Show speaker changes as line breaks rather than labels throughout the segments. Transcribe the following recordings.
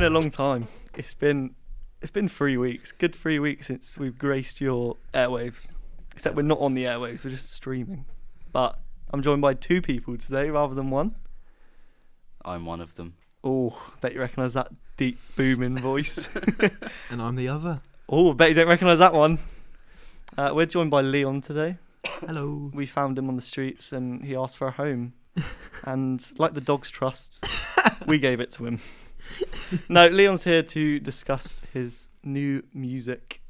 a long time. It's been it's been three weeks. Good three weeks since we've graced your airwaves. Except we're not on the airwaves. We're just streaming. But I'm joined by two people today rather than one.
I'm one of them.
Oh, bet you recognise that deep booming voice.
And I'm the other.
oh, bet you don't recognise that one. Uh, we're joined by Leon today.
Hello.
We found him on the streets and he asked for a home. and like the dog's trust, we gave it to him. no, Leon's here to discuss his new music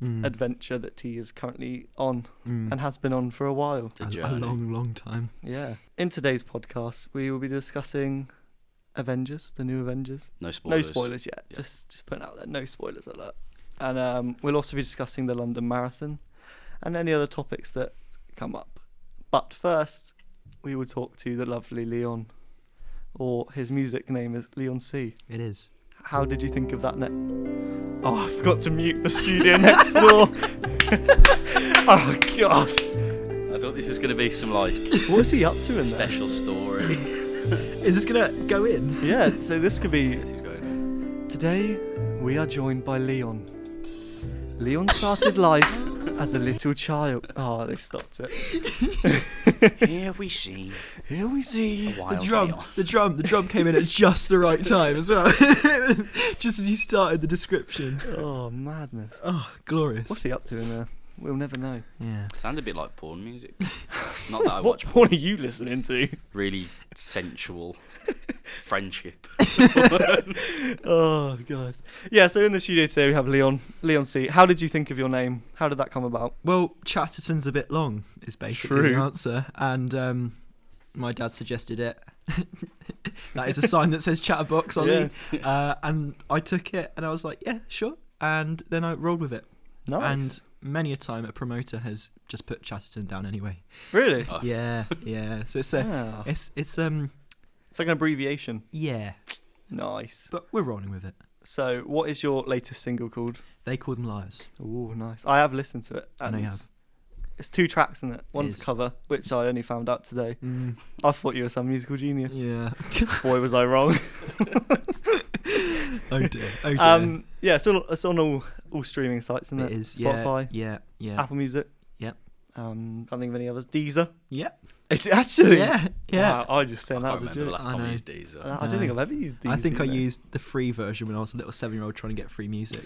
Hmm.
Mm,
adventure that he is currently on
mm.
and has been on for a while.
The
a, a
journey.
long, long time.
Yeah. In today's podcast, we will be discussing Avengers, the new Avengers.
No spoilers.
No spoilers yet.
Yeah.
Just just putting out there, no spoilers alert. And um, we'll also be discussing the London Marathon and any other topics that come up. But first, we will talk to the lovely Leon, or his music name is Leon C.
It is.
How did you think of that net? Oh, I forgot to mute the studio next door. oh God,
I thought this was going to be some like
what's he up to in there?
special story.
Is this gonna go in?
Yeah, so this could be
Yes, he's going on.
Today, we are joined by Leon. Leon started life as a little child. Oh, they've stopped it.
Here we see
Here we
a
see.
The
wild
drum,
Leon.
the drum, the drum came in at just the right time as well. just as you started the description.
Oh, madness.
Oh, glorious.
What's he up to in there? We'll never know.
yeah.
Sound a bit like porn music. Not that I
What
watch
porn are you listening to?
really sensual friendship.
Oh, guys. Yeah, so in the studio today, we have Leon. Leon C. How did you think of your name? How did that come about?
Well, Chatterton's a bit long is basically
True.
the answer, and um, my dad suggested it. that is a sign that says Chatterbox on
Yeah.
it, uh, and I took it and I was like, yeah, sure, and then I rolled with it.
Nice.
And many a time a promoter has just put Chatterton down anyway.
really?
Oh.
Yeah, yeah. So it's a,
Ah,
it's it's um,
It's like an abbreviation.
yeah,
Nice.
but we're rolling with it.
So, what is your latest single called?
They call them liars.
Oh, nice. I have listened to it.
I know you
and
have.
It's two tracks in it. One's
is.
cover, which I only found out today. I thought you were some musical genius.
Yeah.
Boy, was I wrong.
oh dear. Oh dear.
um, yeah, it's, all, it's on all, all streaming sites, isn't it?
it is. yeah,
Spotify,
Yeah. Yeah.
Apple Music.
Yep.
Um, can't think of any others. Deezer.
Yeah.
Is it actually?
Yeah. Yeah.
Wow, I just saying
I
that
can't
was a
remember the
joke.
last
I
time I
know.
used um, Deezer.
I don't think
No.
I've ever used Deezer.
I think I
though.
used the free version when I was a little seven-year-old trying to get free music.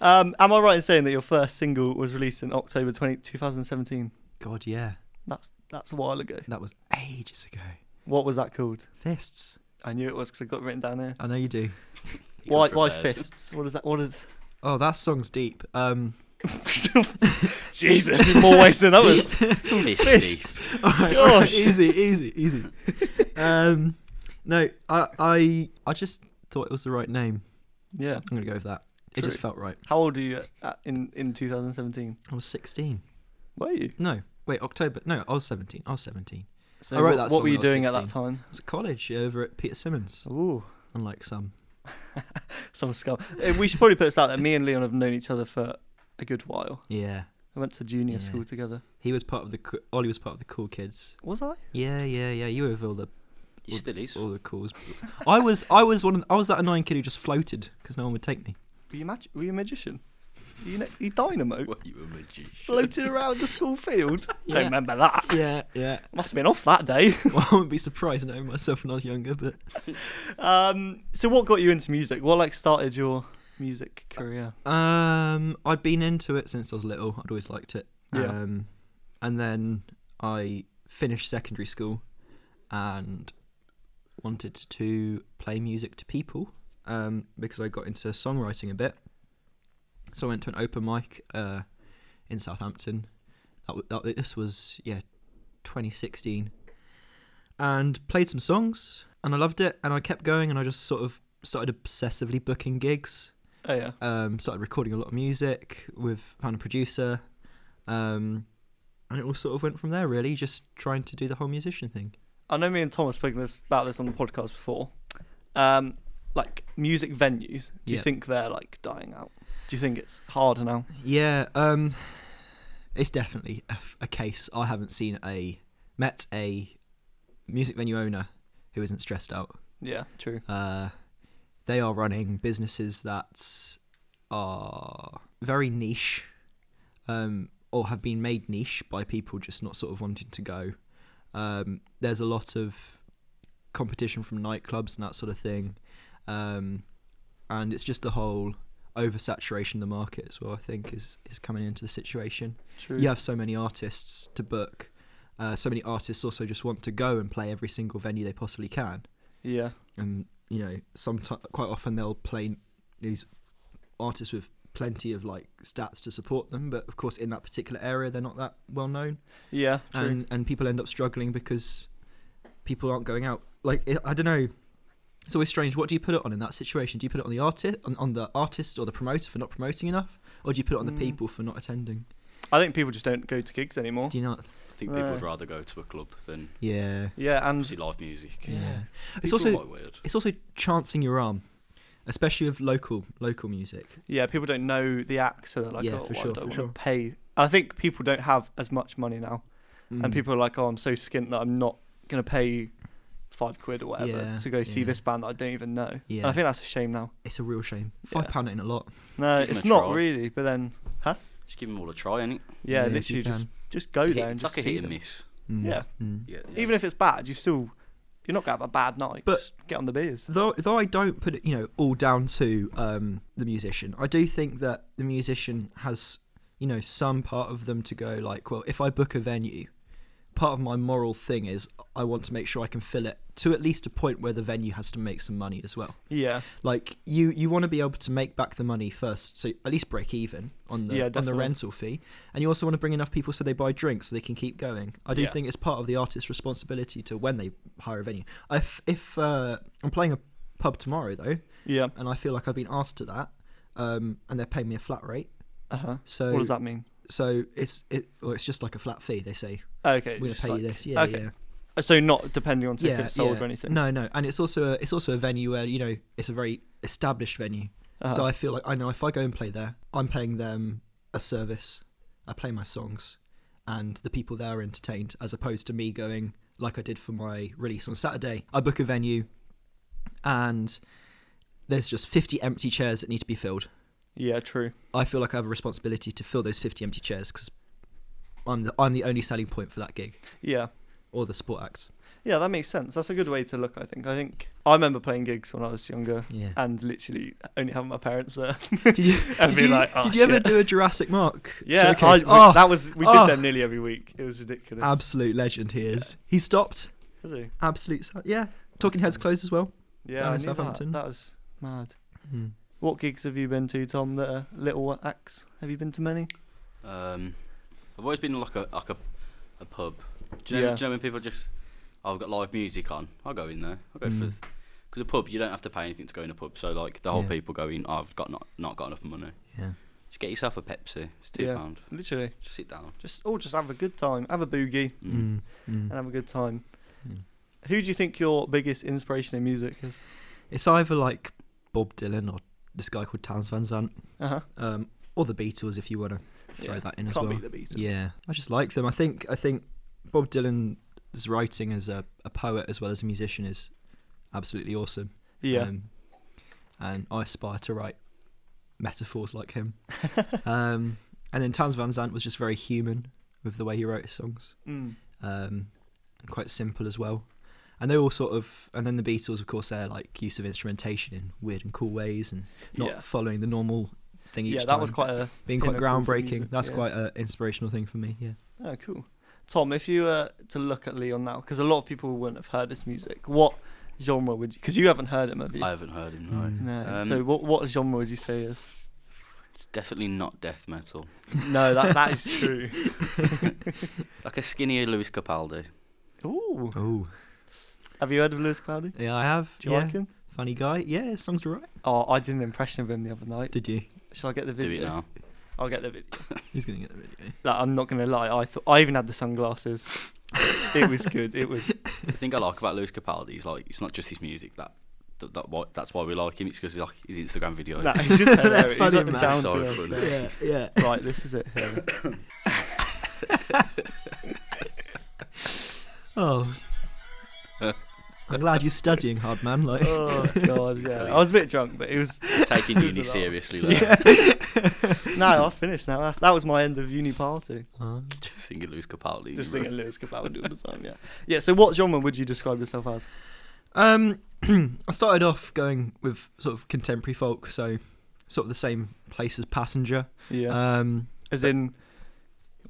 Um, am I right in saying that your first single was released in October 20, 2017?
God, yeah,
That's that's a while ago.
that was ages ago.
What was that called?
Fists.
I knew it was because I got it written down here.
I know you do.
You
Why,
got
why
prepared.
fists? What is that? What is?
Oh, that song's deep. Um,
Jesus, in more ways than others.
Fisty.
Fists.
all right, all right, easy, easy, easy. Um, no, I, I, I just thought it was the right name.
Yeah.
I'm gonna go with that. It just
True.
felt right.
How old were you at, in in 2017?
I was 16.
Were you?
No, wait, October. No, I was 17. I was 17.
So
I wrote
what,
that
what
song
were you
when I was
doing at that time?
I was at college over at Peter Simmons.
Ooh,
Unlike some.
some scum. Eh, We should probably put this out there. Me and Leon have known each other for a good while.
Yeah,
I went to junior
Yeah.
school together.
he was part of the. co- Ollie was part of the cool kids.
Was I?
Yeah, yeah, yeah. You were with all the
He still is.
all the calls. I was I was one of, I was that annoying kid who just floated because no one would take me.
Were you, magi- were you a magician? Were you, ne- you dynamo?
What, you a magician?
Floating around the school field?
Yeah.
Don't remember that.
Yeah, yeah.
Must have been off that day.
Well, I wouldn't be surprised knowing myself when I was younger, but
Um, so what got you into music? What like started your music career?
um, I'd been into it since I was little. I'd always liked it.
Yeah.
Um, and then I finished secondary school and wanted to play music to people um, because I got into songwriting a bit. So I went to an open mic uh, in Southampton. That, w- that this was yeah, 2016, and played some songs and I loved it and I kept going and I just sort of started obsessively booking gigs
Oh yeah.
um, started recording a lot of music with found a producer, um, and it all sort of went from there. Really, just trying to do the whole musician thing.
I know me and Tom have spoken this about this on the podcast before. Um, like music venues, do you
Yeah.
think they're like dying out? Do you think it's hard now?
Yeah, um, it's definitely a, a case. I haven't seen a met a music venue owner who isn't stressed out.
Yeah, true.
Uh, they are running businesses that are very niche, um, or have been made niche by people just not sort of wanting to go. Um, there's a lot of competition from nightclubs and that sort of thing, um, and it's just the whole oversaturation of the market as well. I think is is coming into the situation
True.
you have so many artists to book. Uh, so many artists also just want to go and play every single venue they possibly can.
Yeah.
And you know, sometimes quite often they'll play these artists with plenty of like stats to support them, but of course in that particular area they're not that well known,
Yeah. True.
and and people end up struggling because people aren't going out. Like it, I don't know. It's always strange. What do you put it on in that situation? Do you put it on the artist, on, on the artist or the promoter for not promoting enough, or do you put it on the
Mm.
people for not attending?
I think people just don't go to gigs anymore.
Do you not?
I think people would
No.
rather go to a club than
Yeah.
Yeah, and
see live music.
Yeah. It's
People
also
are quite weird.
it's also chancing your arm, especially with local local music.
yeah, people don't know the acts, so they're like,
Yeah,
oh,
for
well,
sure,
I don't
for
wanna pay. I think people don't have as much money now, and
Mm.
people are like, oh, I'm so skint that I'm not gonna pay five quid or whatever
Yeah,
to go see
yeah.
this band that I don't even know. And
Yeah.
I think that's a shame now.
It's a real shame.
Yeah.
Five pound ain't a lot.
No,
Give 'em
it's
a
not
try.
really. But then,
Just give them all a try, innit?
yeah,
Yeah, if you
literally just
can.
just go
It's
there
a hit-
and
It's
just
like a
see
hit and
them.
miss.
Mm,
Yeah.
mm.
Yeah, yeah.
Even if it's bad, you still you're not gonna have a bad night.
But-
just get on the beers.
Though though I don't put it, you know, all down to um, the musician. I do think that the musician has, you know, some part of them to go like, well, if I book a venue, part of my moral thing is I want to make sure I can fill it to at least a point where the venue has to make some money as well.
Yeah,
like you you want to be able to make back the money first so at least break even on the
Yeah,
on the
definitely.
rental fee and you also want to bring enough people so they buy drinks so they can keep going i do
Yeah.
think it's part of the artist's responsibility to when they hire a venue if if uh, i'm playing a pub tomorrow though
yeah.
and i feel like i've been asked to that um, and they're paying me a flat rate
Uh huh.
Uh-huh. so
what does that mean?
so it's it well, it's just like a flat fee they say
Okay,
we're gonna
just
pay
like-
you this yeah
okay.
yeah
So not depending on tickets sold or anything.
no no and it's also a, it's also a venue where you know it's a very established venue
Uh-huh.
So I feel like I know if I go and play there, I'm playing them a service. I play my songs, and the people there are entertained, as opposed to me going like I did for my release on Saturday. I book a venue, and there's just 50 empty chairs that need to be filled.
yeah, true.
I feel like I have a responsibility to fill those 50 empty chairs because I'm the I'm the only selling point for that gig
Yeah.
or the sport act.
Yeah, that makes sense. That's a good way to look, I think. I think I remember playing gigs when I was younger
Yeah.
and literally only having my parents there.
Did you,
I'd
did
be
you,
like, "Oh,
did you ever
shit."
do a Jurassic Mark?
Yeah, I,
showcase? Oh,
that was we did
oh.
them nearly every week. It was ridiculous.
absolute legend he is. He stopped.
Was he?
Absolute. si- Yeah. Talking Heads closed as well.
Yeah,
Down
I
in
knew that.
Southampton.
That. was mad. What gigs have you been to, Tom? That are little acts? Have you been to many?
Um, I've always been like a like a, a pub. Do you, know,
Yeah.
do you know when people just, "Oh, I've got live music on. I'll go in there. I'll go for,
Mm.
because a pub you don't have to pay anything to go in a pub. So like the whole
Yeah.
people going, "Oh, I've got not not got enough money.
Yeah.
Just get yourself a Pepsi. It's two
Yeah.
pound.
Literally.
Just sit down.
Just all just have a good time. Have a boogie
Mm.
and have a good time.
Mm.
Who do you think your biggest inspiration in music is?
It's either like Bob Dylan or this guy called Townes Van Zandt,
Uh huh.
um, or the Beatles if you want to throw
Yeah,
that in as
Can't
well.
beat the Beatles.
Yeah, I just like them. I think I think Bob Dylan's writing as a, a poet as well as a musician is absolutely awesome.
Yeah.
Um, and I aspire to write metaphors like him. um, and then Townes Van Zandt was just very human with the way he wrote his songs.
Mm.
um, and quite simple as well. And they all sort of, and then the Beatles, of course, their like use of instrumentation in weird and cool ways, and not
Yeah.
following the normal thing each
Yeah, that
time.
was quite a
being quite
pinnacle for
groundbreaking.
music,
That's
yeah.
quite an inspirational thing for me. Yeah.
Oh, cool. Tom, if you were to look at Leon now, because a lot of people wouldn't have heard his music, what genre would you? Because you haven't heard him, have you?
I haven't heard him. No,
Mm.
no.
um,
so what what genre would you say is?
it's definitely not death metal.
No, that that is true.
Like a skinnier Lewis Capaldi.
Ooh,
Oh,
have you heard of Lewis Crowley?
yeah, I have.
Do you
yeah.
like him?
Funny guy. Yeah, his songs were right.
Oh, I did an impression of him the other night.
Did you?
Shall I get the
Do
video?
it now.
I'll get the video.
He's gonna get the video.
Like, I'm not gonna lie. I thought I even had the sunglasses. it was good. It was.
The thing I like about Lewis Capaldi is like it's not just his music that that, that why, that's why we like him. It's because like his Instagram videos.
Nah, he's just hilarious. He's
funny,
like
man.
down
So
to earth.
funny.
Yeah, yeah.
Right, this is it. Here.
Oh. I'm glad you're studying hard, man. Like,
Oh god, yeah.
Tell you.
I was a bit drunk, but it was.
Taking
it was
uni
a lot.
seriously, though.
Yeah. no, I finished now. That's, that was my end of uni party.
Uh,
Just singing Lewis Capaldi.
Just singing Lewis Capaldi all the time. Yeah. Yeah. So, what genre would you describe yourself as?
Um, I started off going with sort of contemporary folk, so sort of the same place as Passenger.
Yeah.
Um,
Uh, as in,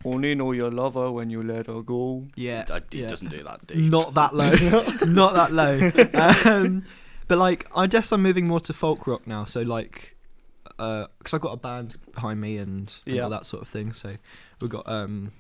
only know your lover when you let her go.
yeah,
It, it
yeah.
doesn't do that, do you?
not that low, not that low. Um, but like, I guess I'm moving more to folk rock now. So like, because I've got a band behind me and, and
Yeah.
all that sort of thing. So we've got um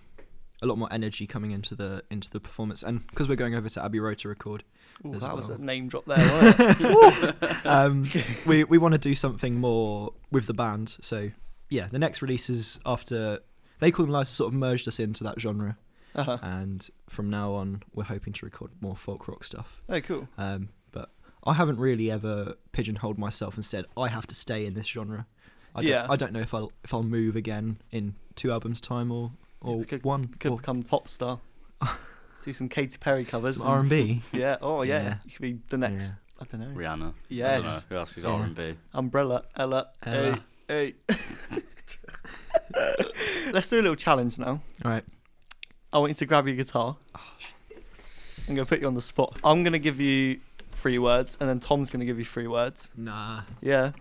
a lot more energy coming into the into the performance, and because we're going over to Abbey Road to record.
Ooh,
As
that was a
well.
name drop there. Wasn't it?
um, we we want to do something more with the band. So yeah, the next release is after they call them lies sort of merged us into that genre,
uh-huh.
and from now on we're hoping to record more folk rock stuff.
Oh, cool.
Um, but I haven't really ever pigeonholed myself and said I have to stay in this genre. I don't,
Yeah.
I don't know if I'll if I'll move again in two albums time or or
we could-
one
Could
or
become pop star. Do some Katy Perry covers.
some
and-
R and B.
Yeah. Oh, yeah.
Yeah.
You could be the next. I don't know.
Rihanna. I don't know.
Yes.
Who else is
Yeah.
R&B?
Umbrella. Ella.
Ella.
Hey. Hey. Let's do a little challenge now.
All right.
I want you to grab your guitar. I'm gonna put you on the spot. I'm gonna give you three words, and then Tom's gonna give you three words.
Nah.
Yeah.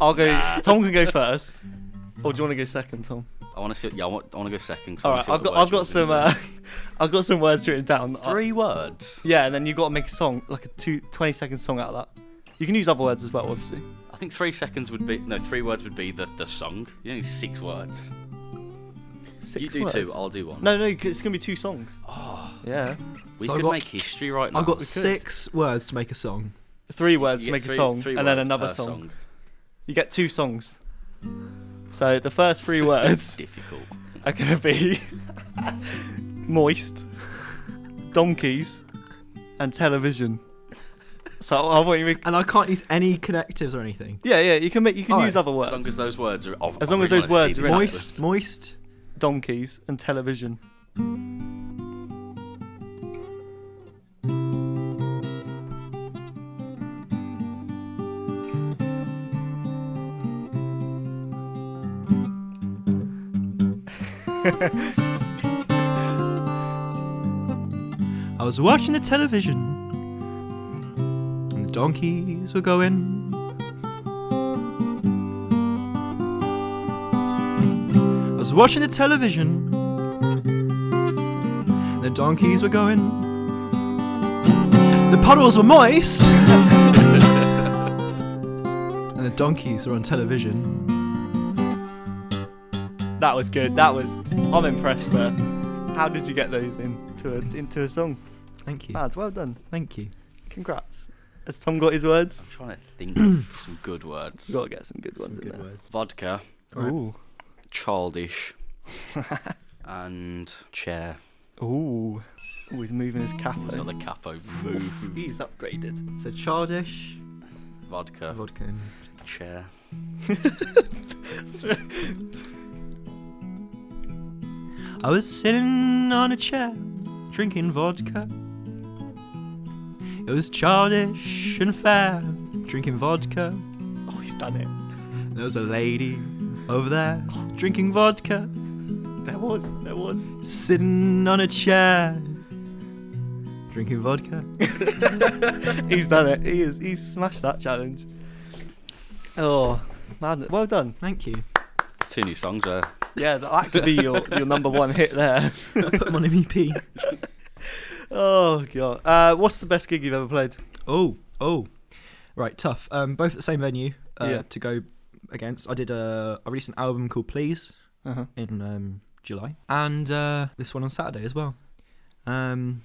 I'll go. Tom can go first. Or do you want to go second, Tom?
I want to see. Yeah, I want, I want to go second. 'cause I
All
wanna
right,
see what
I've got
the
I've got
words Uh,
some
you're
uh,
gonna
I've got some words written down. Uh,
do. Three words.
Yeah, and then you got to make a song, like a two, 20 second song out of that. You can use other words as well, obviously.
I think three seconds would be. No, three words would be the, the song. You need six words.
Six
you do
words.
two, I'll do one.
No, no, 'cause it's gonna be two songs.
Oh,
Yeah,
we
So I
could
got-
make history right now.
I've got
could.
six words to make a song.
three words
Yeah,
to make
three-
a song,
three
and then
words
another
per
song. You get two songs. So the first three words
Difficult.
are gonna be moist, donkeys, and television. So I want you.
And I can't use any connectives or anything.
Yeah, yeah, you can make you can
Alright.
use other words.
As long as those words are. Oh,
As
I
long as
really
those
wanna
words
see
are
this
in-
happen.
Moist, moist.
donkeys and television.
I was watching the television, and the donkeys were going. I was watching the television, and the donkeys were going. The puddles were moist, and the donkeys were on television.
That was good. That was. I'm impressed there. How did you get those into a into a song?
Thank you.
Lads, well done.
Thank you.
Congrats. Has Tom got his words?
I'm trying to think of some good words.
You gotta get some good
Some
ones in
good
there.
words.
Vodka,
Alright.
Ooh.
childish, and chair.
Ooh. Ooh, he's moving his cap.
It's not the capo. Move.
He's upgraded.
So childish
Vodka,
vodka. and-
chair.
I was sitting on a chair, drinking vodka. It was childish and fair, drinking vodka.
Oh, he's done it.
There was a lady over there, drinking vodka,
There was. There was.
sitting on a chair, drinking vodka.
He's done it. He is. He's smashed that challenge. Oh, man. Well done.
Thank you.
Two new songs there.
Yeah, that, that could be your, your number one hit there.
Put them on E MEP.
Oh god. Uh, what's the best gig you've ever played?
Oh, oh, right, tough. Um, both at the same venue uh,
Yeah.
to go against. I did a I released an album called Please
Uh-huh.
in um, July, and uh, this one on Saturday as well. Um,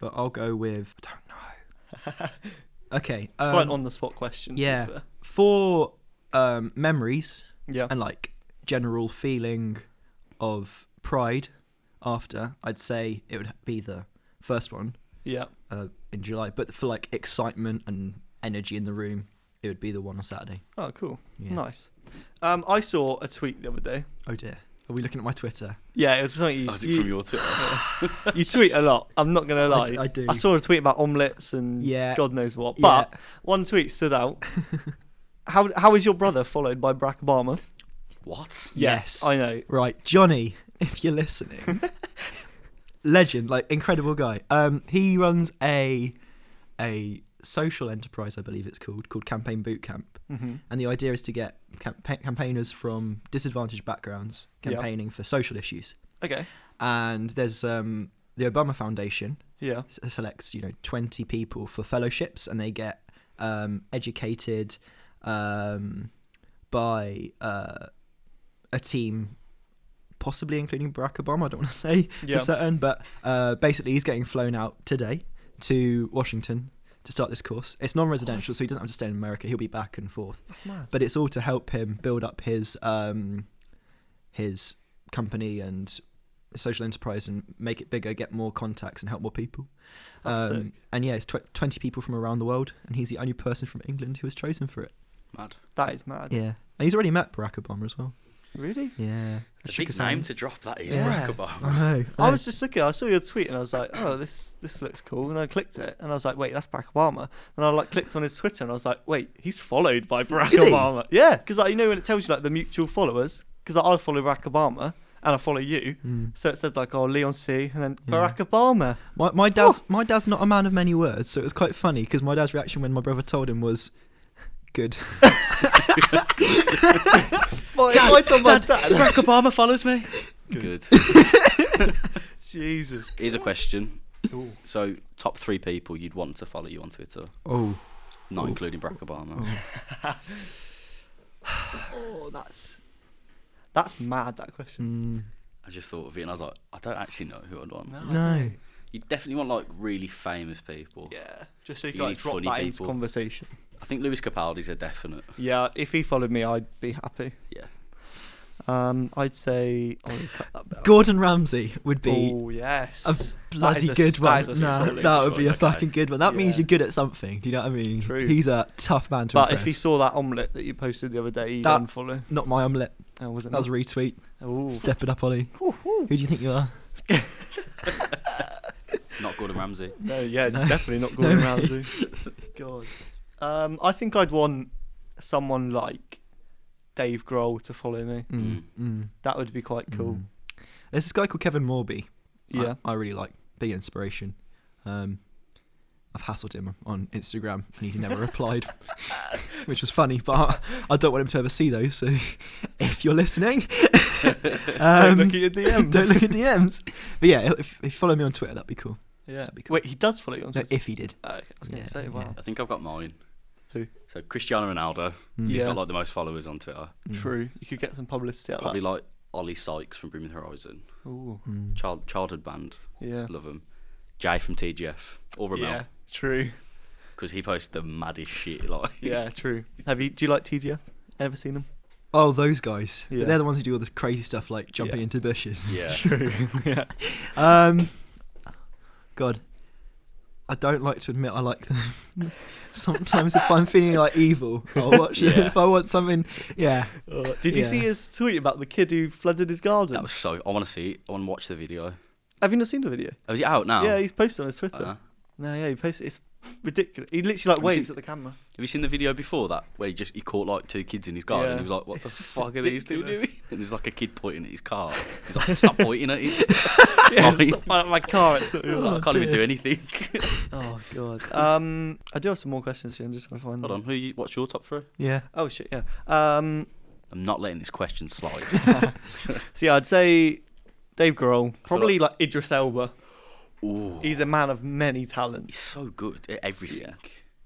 but I'll go with I don't know. okay,
It's
um,
quite an on the spot question. to be
yeah.
fair.
for um, memories
Yeah.
and like general feeling of pride after. I'd say it would be the first one
yeah.
uh, in July, but for like excitement and energy in the room, it would be the one on Saturday.
Oh, cool.
Yeah.
Nice. Um, I saw a tweet the other day
Oh dear. Are we looking at my Twitter?
Yeah, it was something you,
Oh, is it
you,
from your Twitter?
you tweet a lot. I'm not gonna
I-
lie.
I do.
I saw a tweet about omelets and
Yeah.
God knows what.
Yeah.
But one tweet stood out. how how is your brother followed by Barack Obama?
what?
Yes.
I know.
Right, Johnny, if you're listening, legend, like incredible guy. Um, he runs a a social enterprise, I believe it's called, called Campaign Bootcamp,
Mhm.
and the idea is to get campa- campaigners from disadvantaged backgrounds
Yep.
campaigning for social issues.
Okay.
And there's um, the Obama Foundation
Yeah.
s- selects you know 20 people for fellowships and they get um, educated um, by uh, a team possibly including barack obama i don't want to say
Yeah.
for certain but uh, basically he's getting flown out today to washington to start this course it's non-residential so he doesn't have to stay in america he'll be back and forth
That's mad.
but it's all to help him build up his um, his company and social enterprise and make it bigger, get more contacts, and help more people. Um,
That's sick.
and yeah, it's tw- twenty people from around the world, and he's the only person from England who was chosen for it.
Mad.
That is mad.
Yeah, and he's already met Barack Obama as well.
Really?
Yeah,
The
Shook
big
his
name
hand.
to drop that is
Yeah.
Barack Obama.
I know.
I was just looking. I saw your tweet and I was like, "Oh, this this looks cool." And I clicked it and I was like, "Wait, that's Barack Obama." And I like clicked on his Twitter and I was like, "Wait, he's followed by Barack
Is he?
Obama." Yeah, because like you know when it tells you like the mutual followers, because like, I follow Barack Obama and I follow you,
Mm.
so it said like, "Oh, Leon C." and then
Yeah.
Barack Obama.
My, my dad's my dad's not a man of many words, so it was quite funny because my dad's reaction when my brother told him was, "Good."
Oh. Well, if I told my dad-
Barack Obama follows me. Good.
Jesus.
Here's a question.
Ooh.
So, top three people you'd want to follow you on Twitter,
Oh,
not including Barack Obama.
Oh, that's that's mad. That question.
mm,
I just thought of it and I was like, I don't actually know who I'd want.
No.
no.
You definitely want like really famous
Hmm.
people.
Yeah. Just so you
You
can like,
need
drop
funny
that into
people.
conversation.
I think Lewis Capaldi's a definite.
Yeah. If he followed me, I'd be happy.
Yeah.
Um, I'd say. Oh, you cut that bit out.
Gordon Ramsay would be
Oh yes.
a
That
bloody
is a-
good one.
That is a
Nah,
solid
that would be a
choice, okay.
fucking good one. That means
Yeah.
you're good at something. Do you know what I mean?
True.
He's a tough man to
But
impress.
if he saw that omelette that you posted the other day, he'd
That-
unfollow.
Not my omelette.
Oh, was it?
That was a retweet.
Ooh.
Step it up, Ollie.
Woo-hoo.
Who do you think you are?
Not Gordon Ramsay.
No, yeah,
No.
definitely not
No
Gordon
way.
Ramsay. God. Um, I think I'd want someone like Dave Grohl to follow me.
Mm.
mm,
That would be quite cool.
mm. There's this guy called Kevin Morby. I-
Yeah.
I, really like. Big inspiration. Um, I've hassled him on Instagram and he's never replied, which was funny. But I don't want him to ever see those. So if you're listening,
Don't
um,
look at your DMs.
don't look at DMs. But yeah, if, if you follow me on Twitter, that'd be cool.
yeah.
be cool.
Wait, he does follow you on
No,
Twitter.
if he did.
Oh, okay, I was going
Yeah,
to say, wow.
I think I've got mine.
Who?
So Cristiano Ronaldo.
Mm.
He's
Yeah.
got like the most followers on Twitter.
Mm.
True. You could get some publicity out of
Probably
that.
like Ollie Sykes from Brimming Horizon.
Ooh.
Mm.
Child childhood band.
Yeah.
Love him. Jay from TGF. Or
Yeah.
Ramel.
True.
Because he posts the maddest shit. Like
Yeah, true. Have you? Do you like TGF? Ever seen him?
Oh, those guys.
Yeah.
They're the ones who do all this crazy stuff like jumping
Yeah.
into bushes.
Yeah.
True. yeah.
Um, God, I don't like to admit I like them. Sometimes if I'm feeling like evil, I'll watch them.
Yeah.
If I want something, yeah.
Uh, did you see
Yeah.
his tweet about the kid who flooded his garden?
That was so I wanna see it. I wanna watch the video.
Have you not seen the video?
Oh, is it out now?
Yeah, he's posted on his Twitter.
Uh,
No, yeah, he posted. It's ridiculous. He literally like
Have you
waves
seen-
at the camera.
Have you seen the video before that where he just he caught like two kids in his garden and he
Yeah.
was like, "What
It's
the
just
fuck are these two
ridiculous.
doing?" And there's like a kid pointing at his car. He's like, "Stop pointing at it! It's mine."
stop pointing at my car. It's not yours.
I
Oh,
can't even
dear.
do anything."
Oh god. Um, I do have some more questions here. I'm just gonna find.
Hold
them.
on, who? You, what's your top three?
Yeah.
Oh shit. Yeah. Um.
I'm not letting this question slide.
So yeah, I'd say Dave Grohl, probably like, Idris Elba.
Ooh,
He's a man of many talents.
he's so good at everything.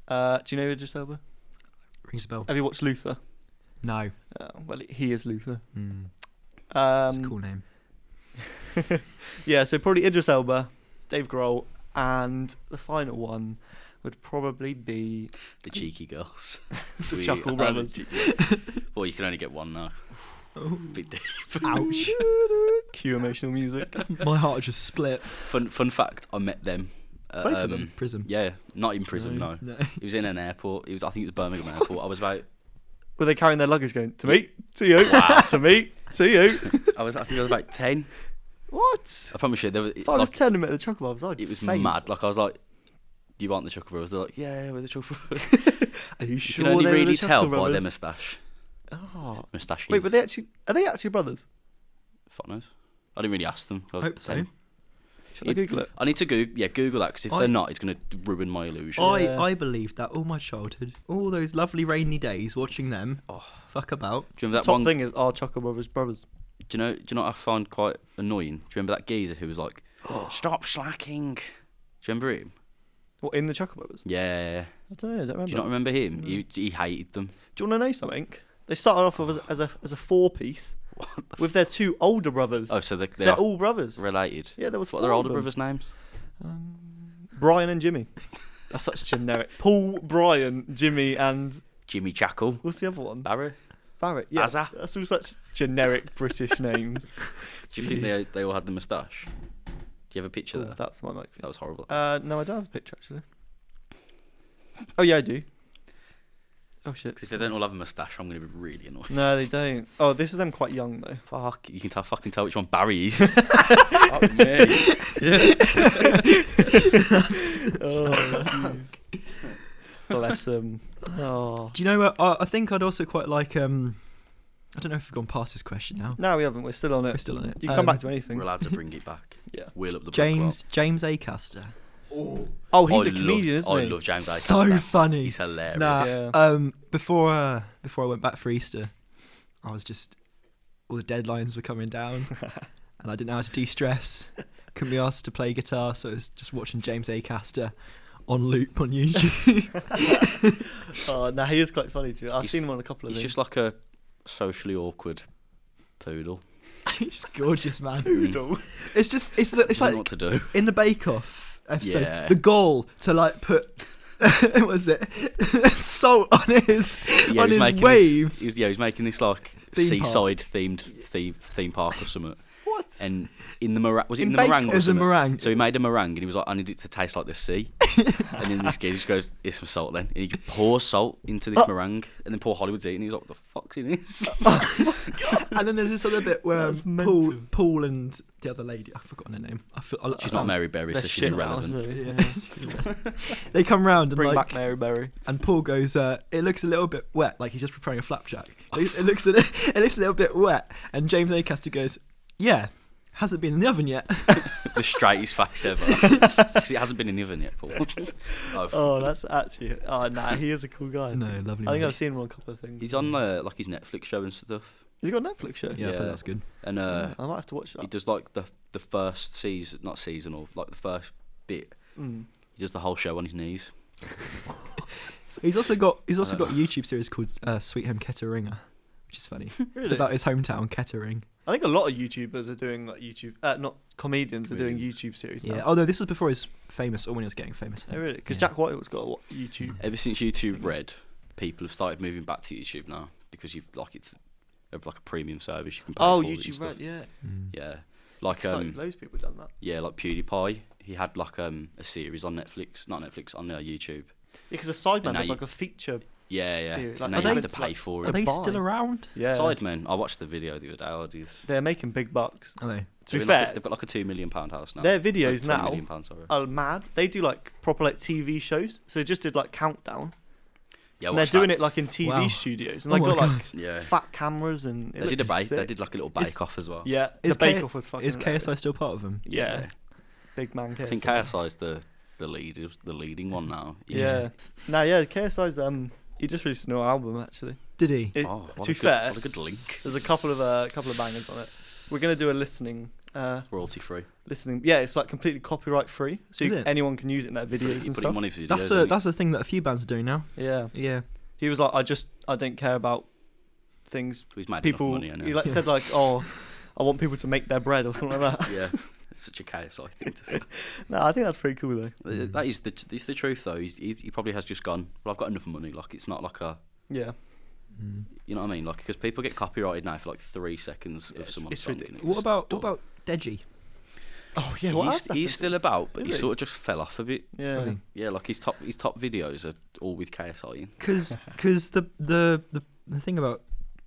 Uh, do you know Idris Elba?
Rings a bell.
Have you watched Luther?
No.
Uh, well, he is Luther.
Mm,
Um,
that's a cool name.
Yeah, so probably Idris Elba, Dave Grohl, and the final one would probably be
The cheeky girls,
The
We
Chuckle
are
Brothers. Oh.
cheeky- Well, you can only get one now. Bit deep.
Ouch.
cue emotional music.
My heart just split.
Fun, fun fact: I met them. at, um,
Both of them?
Prism.
Yeah, not in prison. No,
No.
It was in an airport. It was I think it was Birmingham Airport. I was about
were they carrying their luggage going to me, to you, to me, to you?
I was, I think I was about ten.
What?
I promise you, there was.
If I was
like,
ten a minute, the chocolate bar was like
it was
faint.
mad. Like I was like, "You aren't the Chuckle Brothers?" They're like, "Yeah, we're the Chuckle Brothers."
Are you
you
sure
can only
they were the
really tell
Chuckle
by their
Brothers?
moustache,
Oh.
moustaches.
Wait, were they actually? Are they actually brothers?
Fuck knows. I didn't really ask them. I was
Hope so.
10.
Should I
It-
Google it?
I need to Google, yeah, Google that because if
I-
they're not, it's gonna ruin my illusion.
Yeah.
I I believed that all my childhood, all those lovely rainy days watching them
Oh.
fuck about.
Do you remember that
Top
one?
thing is, are Chocolate Brothers brothers?
Do you know? Do you know what I find quite annoying? Do you remember that geezer who was like, "Stop slacking"? Do you remember him?
What in the Chocolate Brothers?
Yeah.
I don't know. I don't remember.
Do you not remember him? He, he hated them.
Do you want to know something? They started off with as, as a as a four piece with their two older brothers.
Oh, so they're,
they're,
they're
all brothers.
related.
Yeah, there was
What are
four
their
of
older
them.
brothers' names?
Brian and Jimmy. That's such generic. Paul, Brian, Jimmy, and
Jimmy Jackal,
what's the other one?
Barry.
Barrett. Yeah,
Azza.
that's all such generic British names.
Do you think they they all had the moustache? Do you have a picture
Ooh,
there? That,
that's my mic.
was horrible.
Uh, no, I don't have a picture actually. Oh yeah, I do. Oh shit.
'Cause if they don't all have a moustache, I'm gonna be really annoyed.
No, they don't. Oh, this is them quite young though.
Fuck, you can tell, fucking tell which one Barry is. Fuck me.
Oh, Bless them. Oh.
Do you know what? I, I think I'd also quite like. um I don't know if we've gone past this question now.
No, we haven't. We're still on it.
We're still on it.
You can come
Um,
back to anything.
We're allowed to bring it back.
Yeah.
Wheel up the
James James Acaster.
Oh,
Book
he's a comedian,
love,
isn't he?
I love James.
so
Acaster.
funny.
He's hilarious.
Nah,
Yeah.
um, before uh, before I went back for Easter, I was just all the deadlines were coming down, and I didn't know how to de-stress. Couldn't be asked to play guitar, so I was just watching James Acaster on loop on YouTube.
Oh, no, he is quite funny too. I've seen him on a couple of
He's
things.
just like a socially awkward poodle.
He's just gorgeous, man.
Doodle.
It's just it's the-
He
it's
doesn't know
like
what to do.
in the Bake Off episode.
Yeah.
The goal to like put. what was it salt on his
Yeah,
on
he's
his
making
waves?
This, he was- yeah, he's making this like
Theme park.
seaside themed theme theme park or something.
What?
And in the meringue, was it in,
In
the
bacon.
meringue? or
It was a
something?
meringue.
So he made a meringue, and he was like, "I need it to taste like the sea." and then this guy just goes, "Here's some salt." Then and he just pours salt into
Oh.
this meringue, and then poor Hollywood's eating. it, and He's like, "What the fuck's in this?"
and then there's this other bit where
That's
um, Paul,
mental.
Paul and the other lady, I've forgotten her name. I feel, I,
she's
I
not Mary Berry, so
They're
she's
shit
irrelevant.
now, so,
Yeah. They come round and
Bring
like,
back Mary Berry.
and Paul goes, uh, it looks a little bit wet, like he's just preparing a flapjack. It, it looks, a, li- it looks a little bit wet, and James Acaster goes, yeah, hasn't been in the oven yet.
the straightest face ever. 'Cause it hasn't been in the oven yet, Paul. Oh,
Oh, that's actually. Oh, nah, he is a cool guy.
No, lovely
I think
man.
I've seen him on a couple of things.
He's on uh, like his Netflix show and stuff,
Has he got a Netflix show? Mm,
yeah, I
Yeah.
think that's good.
and uh,
I might have to watch that.
he does like the the first season, not season or like the first bit.
Mm.
He does the whole show on his knees.
He's also got he's also
Uh.
got a YouTube series called uh, Sweet Home Ketteringa, which is funny. It's
Really?
about his hometown Kettering.
I think a lot of YouTubers are doing like YouTube, uh, not comedians, are doing YouTube series.
Yeah.
now.
Although this was before he was famous, or when he was getting famous. I
Oh,
think.
really? Because
Yeah.
Jack Whitehall's got a what, YouTube.
Ever since YouTube Red, people have started moving back to YouTube now because you've like it's a, like a premium service you can pay
Oh,
for it and
YouTube
stuff.
Red, yeah.
Mm.
Yeah, like
So
um,
loads of people done that.
yeah, like PewDiePie. He had like um a series on Netflix, not Netflix on uh, YouTube.
Because a Sideman
now
had
you-
like a feature.
Yeah, yeah.
Series, like-
and
Are
now you
they-
have to pay
like-
for
Are
it.
they
Bye.
still around?
Yeah.
Sidemen. I watched the video the other day. Oh, I did.
They're making big bucks.
Are they?
To be
They're in, like,
fair,
a- they've got like a two million pound house now.
Their videos
Like,
now uh,
20 million pounds, sorry.
are mad. They do like proper like TV shows. So they just did like Countdown.
yeah,
and they're
watch that.
doing it like in TV
Wow.
studios. And
Oh
they
my
got like
God.
Yeah,
fat cameras and. It
they did a
looks
bake. They
sick.
did like a little
Is-
bake off as well.
Yeah.
Is
the Bake
K-
Off was fucking.
Is
hilarious.
KSI still part of them?
Yeah. Big man KSI.
I think KSI is the the lead, the leading one now. He just-
Yeah. no, yeah, KSI's. Um, he just released a new album actually.
Did he?
It-
oh, what
to be
a good,
fair,
what a good link.
there's a couple of uh, couple of bangers on it. We're gonna do a listening. Uh,
Royalty free.
listening. Yeah, it's like completely copyright free, so
Is
you,
it?
anyone can use it in their videos
Putting
and stuff.
money for
That's
videos,
a that's a thing that a few bands are doing now.
Yeah,
Yeah.
he was like, I just I don't care about things.
He's made
people,
enough money, I know.
he like
Yeah.
said like, oh, I want people to make their bread or something like that.
yeah, it's such a chaos. I think to say.
no, I think that's pretty cool though.
Uh, that is the it's the truth though. He's, he, he probably has just gone. Well, I've got enough money. Like it's not like a
Yeah, Mm.
you know what I mean. Like because people get copyrighted now for like three seconds of someone.
it's
song, and
ridiculous.
What about
done.
what about Deji?
Oh yeah, what
he's, he's still about, but
Is
he
he?
sort of just fell off a bit.
Was
yeah.
he?
Yeah, like his top his top videos are all with KSI. in.
Because the, the the the thing about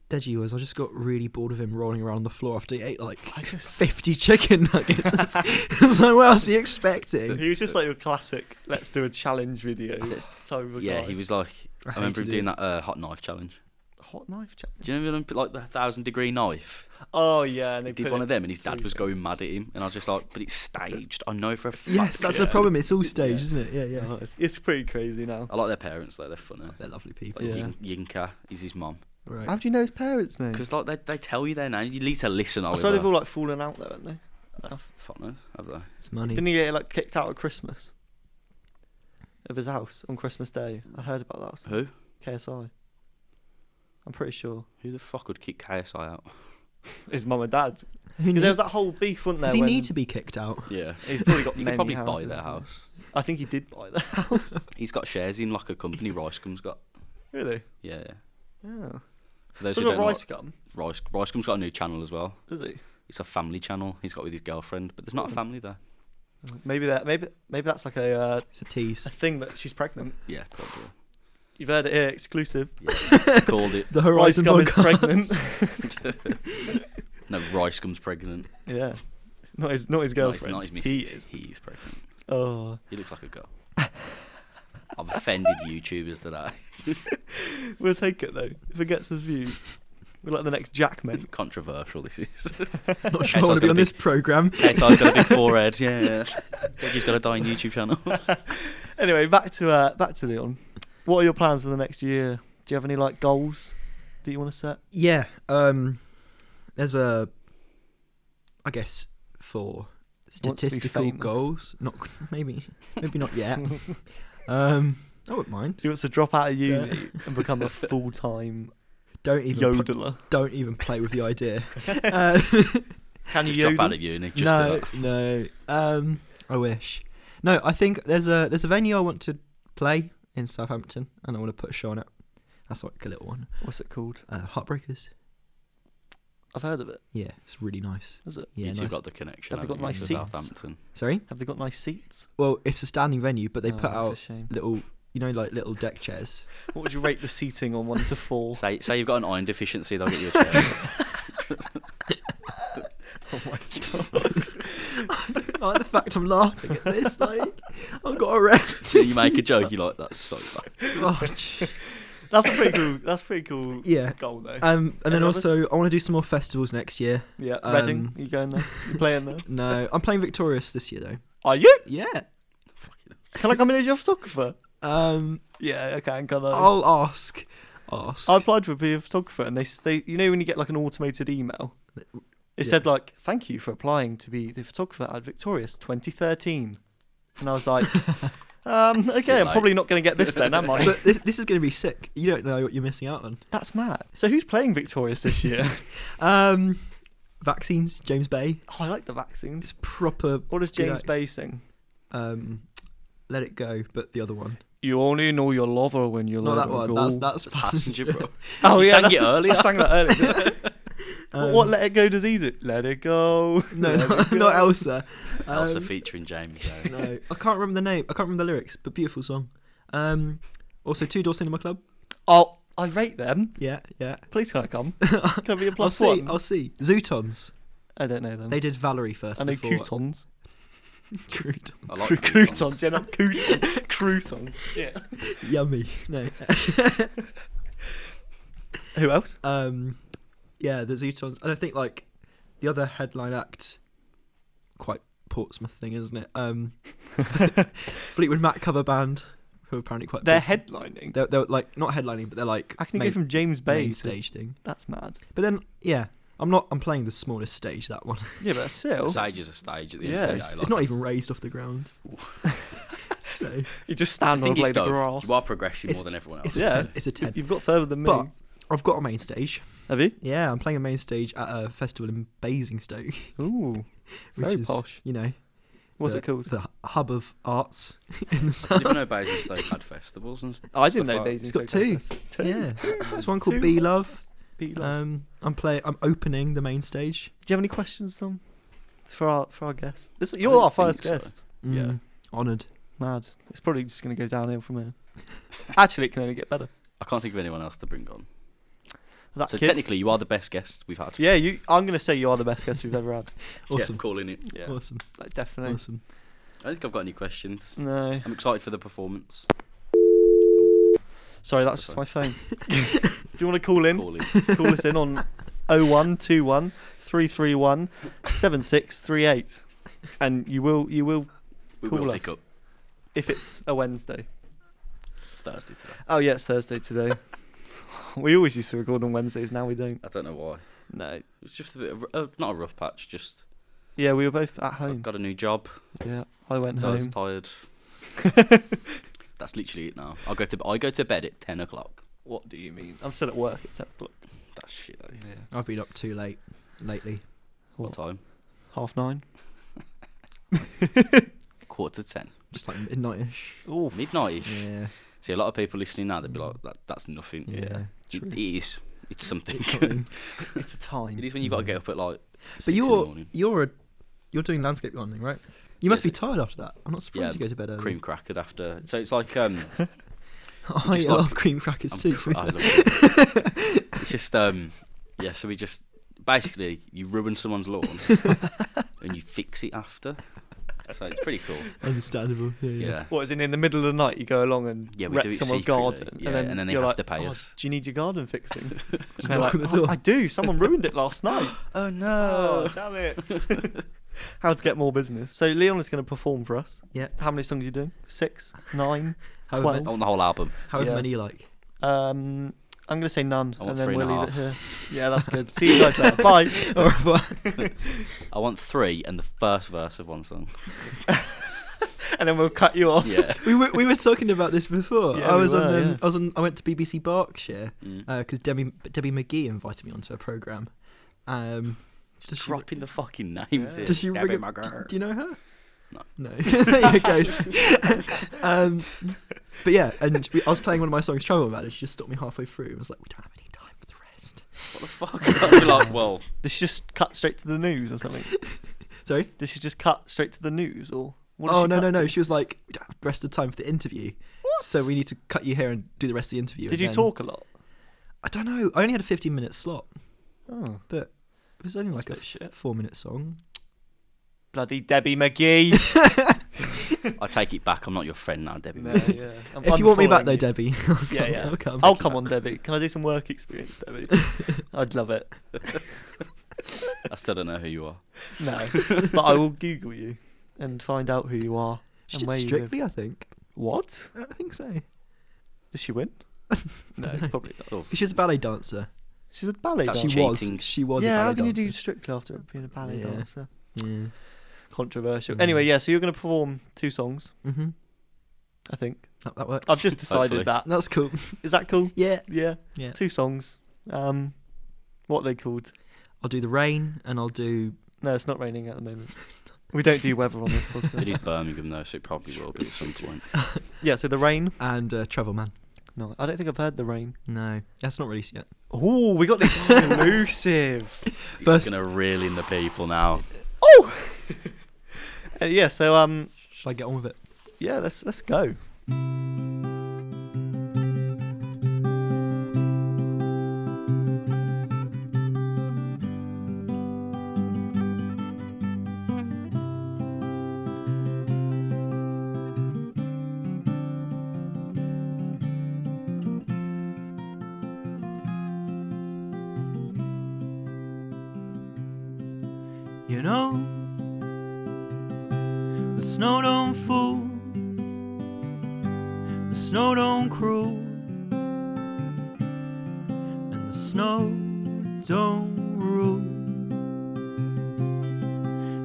Deji was I just got really bored of him rolling around on the floor after he ate like
I just
50 chicken nuggets. That's- I was like, what else are you expecting?
he was just like your classic. Let's do a challenge video.
Let's-
type of
Yeah,
guy.
he was like I, remember him
hated
doing
it.
that uh, hot knife challenge.
hot knife challenge.
Do you remember like the thousand degree knife?
Oh yeah, and
He
they
did
put
one
it
of them, and his
through
dad was
things.
going mad at him, and I was just like, but it's staged. I know for a fact.
Yes, that's the
Yeah.
problem. It's all staged, isn't it? Yeah, yeah.
Oh, it's, it's pretty crazy now.
I like their parents though; they're funny.
They're lovely people.
Like
Yeah.
Yin- Yinka is his mum.
Right.
How do you know his parents' name?
Because like they, they tell you their name, you need to listen.
I
Oliver.
swear they've all like fallen out though, haven't they?
Oh, fuck no, have they?
It's money.
Didn't he get like kicked out at Christmas of his house on Christmas Day? I heard about that. or something.
Who?
KSI. I'm pretty sure
Who the fuck would kick KSI out?
his mum and dad.
Who
Because
need-
there was that whole beef, wasn't there?
Does he
when
need to be kicked out?
Yeah,
He's probably got
you
many
could probably
houses,
buy their
hasn't he?
house.
I think he did buy the house.
He's got shares in like a company Ricegum's got.
really?
Yeah, yeah.
Yeah.
For those
So
who
got
don't know,
rice gum,
Rice Ricegum's got a new channel as well.
does he?
It's a family channel he's got with his girlfriend, but there's not a
Oh.
family there.
Maybe that. Maybe maybe that's like a uh,
It's a tease.
a thing that she's pregnant.
Yeah, probably.
You've heard it here, exclusive.
Yeah. Called it.
The
Rice
Horizon
gum is
podcast.
pregnant.
No, Ricegum's pregnant.
yeah. Not his not his
No, it's
girlfriend.
not his missus.
he is.
He is pregnant.
Oh.
He looks like a girl. I've offended YouTubers today.
We'll take it though. If it gets us views, we're like the next Jackman.
It's controversial, this is.
Not
Okay,
sure I
so
want
it's
to be
gonna
on
be-
this program.
KSI's got a big forehead, yeah. yeah. He's got a dying YouTube channel.
anyway, back to uh, back to Leon. What are your plans for the next year? Do you have any like goals that you want to set?
Yeah. Um. There's a. I guess for
wants to be
statistical
famous.
goals, not maybe, maybe not yet. um. I wouldn't mind.
He wants to drop out of uni
Yeah.
and become a full time
Don't even. pl-
yodeler.
don't even play with the idea. Uh,
Can you
Just drop
yodel?
out of uni. Just
no,
do that.
no. Um, I wish. No, I think there's a there's a venue I want to play in Southampton, and I want to put a show on it. That's like a little one.
What's it called?
Uh, Heartbreakers.
I've heard of it.
Yeah, it's really nice.
Is it?
Yeah,
you two
nice.
got the connection.
Have they got
haven't you,
nice
to
seats?
Southampton.
Sorry.
Have they got nice seats?
Well, it's a standing venue, but they
Oh,
put
that's a
out
shame.
little, you know, like little deck chairs.
What would you rate the seating on one to four?
Say, say you've got an iron deficiency, they'll get you a chair.
oh my god!
I like the fact I'm laughing at this. Like, I've got a ref.
So you make a joke, you like that's so bad.
That's a pretty cool. That's pretty cool.
Yeah.
Goal though.
Um, and then
Any others?
also, I want to do some more festivals next year.
yeah.
um,
Reading. You going there? You playing there?
No, I'm playing Victorious this year though.
Are you?
Yeah.
Can I come in as your photographer?
Um,
Yeah. Oh, Okay. And can I?
I'll ask. Ask.
I applied for being a photographer, and they s- they you know when you get like an automated email, it
Yeah.
said like thank you for applying to be the photographer at Victorious 2013, and I was like, um, okay,
You're
I'm
like-
probably not going to get this then, am I?
but this, this is going to be sick. You don't know what you're missing out on.
That's mad. So who's playing Victorious this year?
Um, vaccines. James Bay.
oh, I like the vaccines.
It's proper.
What does
you know,
James Bay sing?
Um, let it go. But the other one.
You only know your lover when you're
Not that one. That's that's
Passenger, bro.
Oh
You
yeah,
sang
that's
it
just-
earlier.
I sang that earlier. didn't I?
Um,
what let it go does he do? Let it go.
No,
let
not,
it go.
not Elsa.
Elsa
Um,
featuring Jamie. Though.
No, I can't remember the name. I can't remember the lyrics, but beautiful song. Um, also Two Door Cinema Club.
Oh, I rate them.
Yeah, yeah.
Please can I come? Can I be a
I'll
plus
see.
one?
I'll see. Zootons.
I don't know them.
They did Valerie first.
I know
before.
croutons.
Crouton.
I
Cru-
like
croutons. Yeah, not croutons. croutons. Yeah.
Yummy. No.
Who else?
Um, yeah, the Zootons. And I think like the other headline act, quite Portsmouth thing, isn't it? Um, Fleetwood Mac cover band, who are apparently quite.
They're
big.
headlining.
They're, they're like not headlining, but they're like.
I can
main,
go from James Bay
main
to-
stage thing.
That's mad.
But then yeah, I'm not. I'm playing the smallest stage. That one.
Yeah, but still.
Stage is a stage at the
Yeah,
end of the
it's-
day.
it's not even raised off the ground. so
You just
I
stand on a
think it's
blade of
though,
grass.
you are progressing
It's-
more than everyone else.
it's a
Yeah.
ten. It's a ten.
You've got further than me.
But- I've got a main stage.
Have you?
Yeah, I'm playing a main stage at a festival in Basingstoke, which
Ooh, very
is,
posh.
you know,
What's
the,
it called?
The hub of arts in the
You
south.
never know Basingstoke had festivals and stuff.
Oh, I didn't know
like-
Basingstoke.
It's got two.
Two.
Yeah. There's one
two
called Bee Love.
Be like-
Um, I'm play. I'm opening the main stage.
Do you have any questions, Tom? for our for our guest. This you're our
think
first
so.
guest.
Yeah.
Mm, Honoured.
Mad. It's probably just gonna go downhill from here. Actually, it can only get better.
I can't think of anyone else to bring on.
That
so
kid-
technically, you are the best guest we've had.
yeah, you. I'm gonna say you are the best guest we've ever had.
Awesome.
Yeah, calling it.
Yeah,
Awesome.
like, definitely.
Awesome.
I think I've got any questions.
No,
I'm excited for the performance.
sorry, that's just my phone. Do you want to call in?
Calling.
call us in on 0121 331 7638 and you will you will
We
Call
will
us.
pick up.
if it's a wednesday
It's Thursday today.
oh yeah it's thursday today we always used to record on wednesdays now we don't
I don't know why.
no
It's just a bit of uh, not a rough patch. Just
yeah we were both at
I
home
got a new job,
yeah i went
so I was
home
tired. That's literally it now. I go to I go to bed at ten o'clock.
what do you mean i'm still at work at 10 o'clock
That's shit. that is.
yeah
I've been up too late lately.
What time?
half nine
Quarter to ten.
Just like midnight-ish.
oh
Midnight.
Yeah.
See, a lot of people listening now, they'd be like, that, "That's nothing."
Yeah.
Yeah.
It-
True.
it is. It's something.
It's something.
it's a time
it is when you got to get up at like. six
but
in the
you're
morning.
you're a, you're doing landscape gardening, right? You must
Yes.
be tired after that. I'm not surprised
Yeah,
you go to bed early.
cream crackered after. So it's like um.
I
just
love
like-
cream crackers
I'm
too.
cr-
to be
I
fair.
love it. it's just um, yeah. So we just basically you ruin someone's lawn and you fix it after. So it's pretty cool.
Understandable. Yeah. yeah.
Yeah.
what is in in the middle of the night you go along and
Yeah, we
wreck
do it
someone's
secretly,
garden
yeah,
and, then
and then they
you're
have
like,
to pay
"Oh,
us."
do you need your garden fixing
Just
They're like,
knock on the
"Oh,
door.
I do. Someone ruined it last night.
Oh
Oh,
no.
damn it. How to get more business. So Leon is going to perform for us.
Yeah.
How many songs are you doing? Six? Nine?
However,
Twelve.
I want the whole album.
however
Yeah.
many you like.
Um, I'm going to say none,
I want
and then
three
we'll
and a
leave it here. Yeah, that's good. See you guys later. Bye.
Au revoir.
I want three and the first verse of one song.
And then we'll cut you off.
Yeah.
we were we were talking about this before.
Yeah,
I
we
was on
were,
um,
yeah.
I was on I went to BBC Berkshire
Mm.
Uh,
because Debbie Debbie McGee invited me onto a program. Um, does she,
Dropping the fucking names.
Yeah.
here.
does she
Debbie
ring a, do,
Maguire.
do you know her?
No.
No. there it goes. um, but yeah, and we, I was playing one of my songs, Travel Matters. She just stopped me halfway through and was like, "We don't have any time for the rest."
What the fuck? I'd be like, well,
Does she just cut straight to the news or something?
Sorry.
Does she just cut straight to the news or? What does
Oh
she
no
cut
no no!
to?
She was like, "We don't have the rest of time for the interview, so we need to cut you here and do the rest of the interview."
Did
and
you
then-
talk a lot?
I don't know. I only had a 15 minute slot,
Oh,
but it was only like
That's
a
a bit shit.
four minute song.
bloody Debbie McGee.
I take it back. I'm not your friend now, Debbie.
no,
Maguire.
yeah. I'm
if you want me back
unfollowing
though,
you.
Debbie,
Yeah, yeah.
I'll come.
I'll Oh, come on, Debbie. Can I do some work experience, Debbie? I'd love it.
I still don't know who you are.
No, but I will Google you and find out who you are.
She
and
did
where you live.
strictly, I think.
What?
I think so.
Does she win? no, probably not.
Oh,
She's a ballet dancer.
She's a ballet
That's
dancer.
She
cheating.
was. She was.
yeah, how
a ballet
can you do
dancer.
strictly after being a ballet
Yeah.
dancer?
Yeah.
Controversial.
Mm.
Anyway, yeah. So you're going to perform two songs,
Mm-hmm.
I think.
That, that works.
I've just decided that.
That's cool.
Is that cool?
Yeah.
Yeah.
Yeah.
Two songs. Um, what are they called?
I'll do the rain, and I'll do.
No, it's not raining at the moment. We don't do weather on this
It
podcast.
is Birmingham though, so it probably will be at some point.
yeah. So the rain.
And uh, Travel Man.
No, I don't think I've heard the rain.
No, that's not released yet.
Oh, we got the exclusive.
He's
First-
gonna reel in the people now.
Uh, yeah. So um,
Should I get on with it?
yeah. Let's let's go.
You know, the snow don't fool, the snow don't cruel, and the snow don't rule.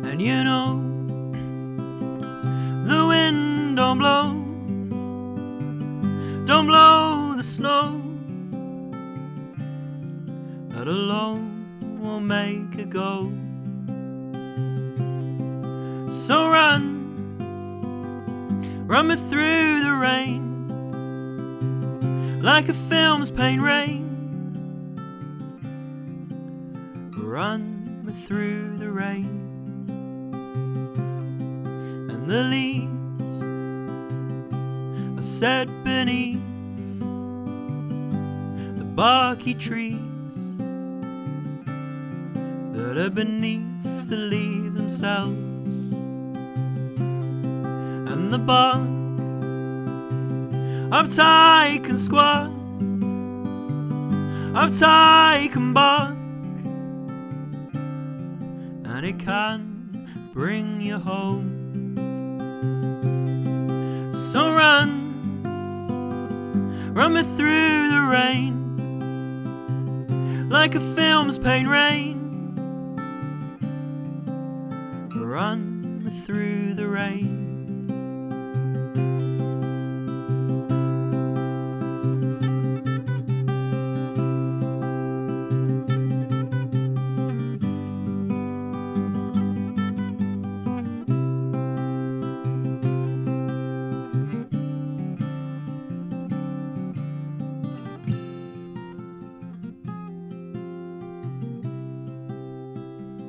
And you know, the wind don't blow, don't blow the snow. That alone will make it go. So run, run me through the rain, like a film's pain rain. Run me through the rain. the leaves are set beneath the barky trees that are beneath the leaves themselves and the bark of tyke and squat of tyke and bark and it can bring you home. So run, run me through the rain, like a film's pain rain. Run me through the rain.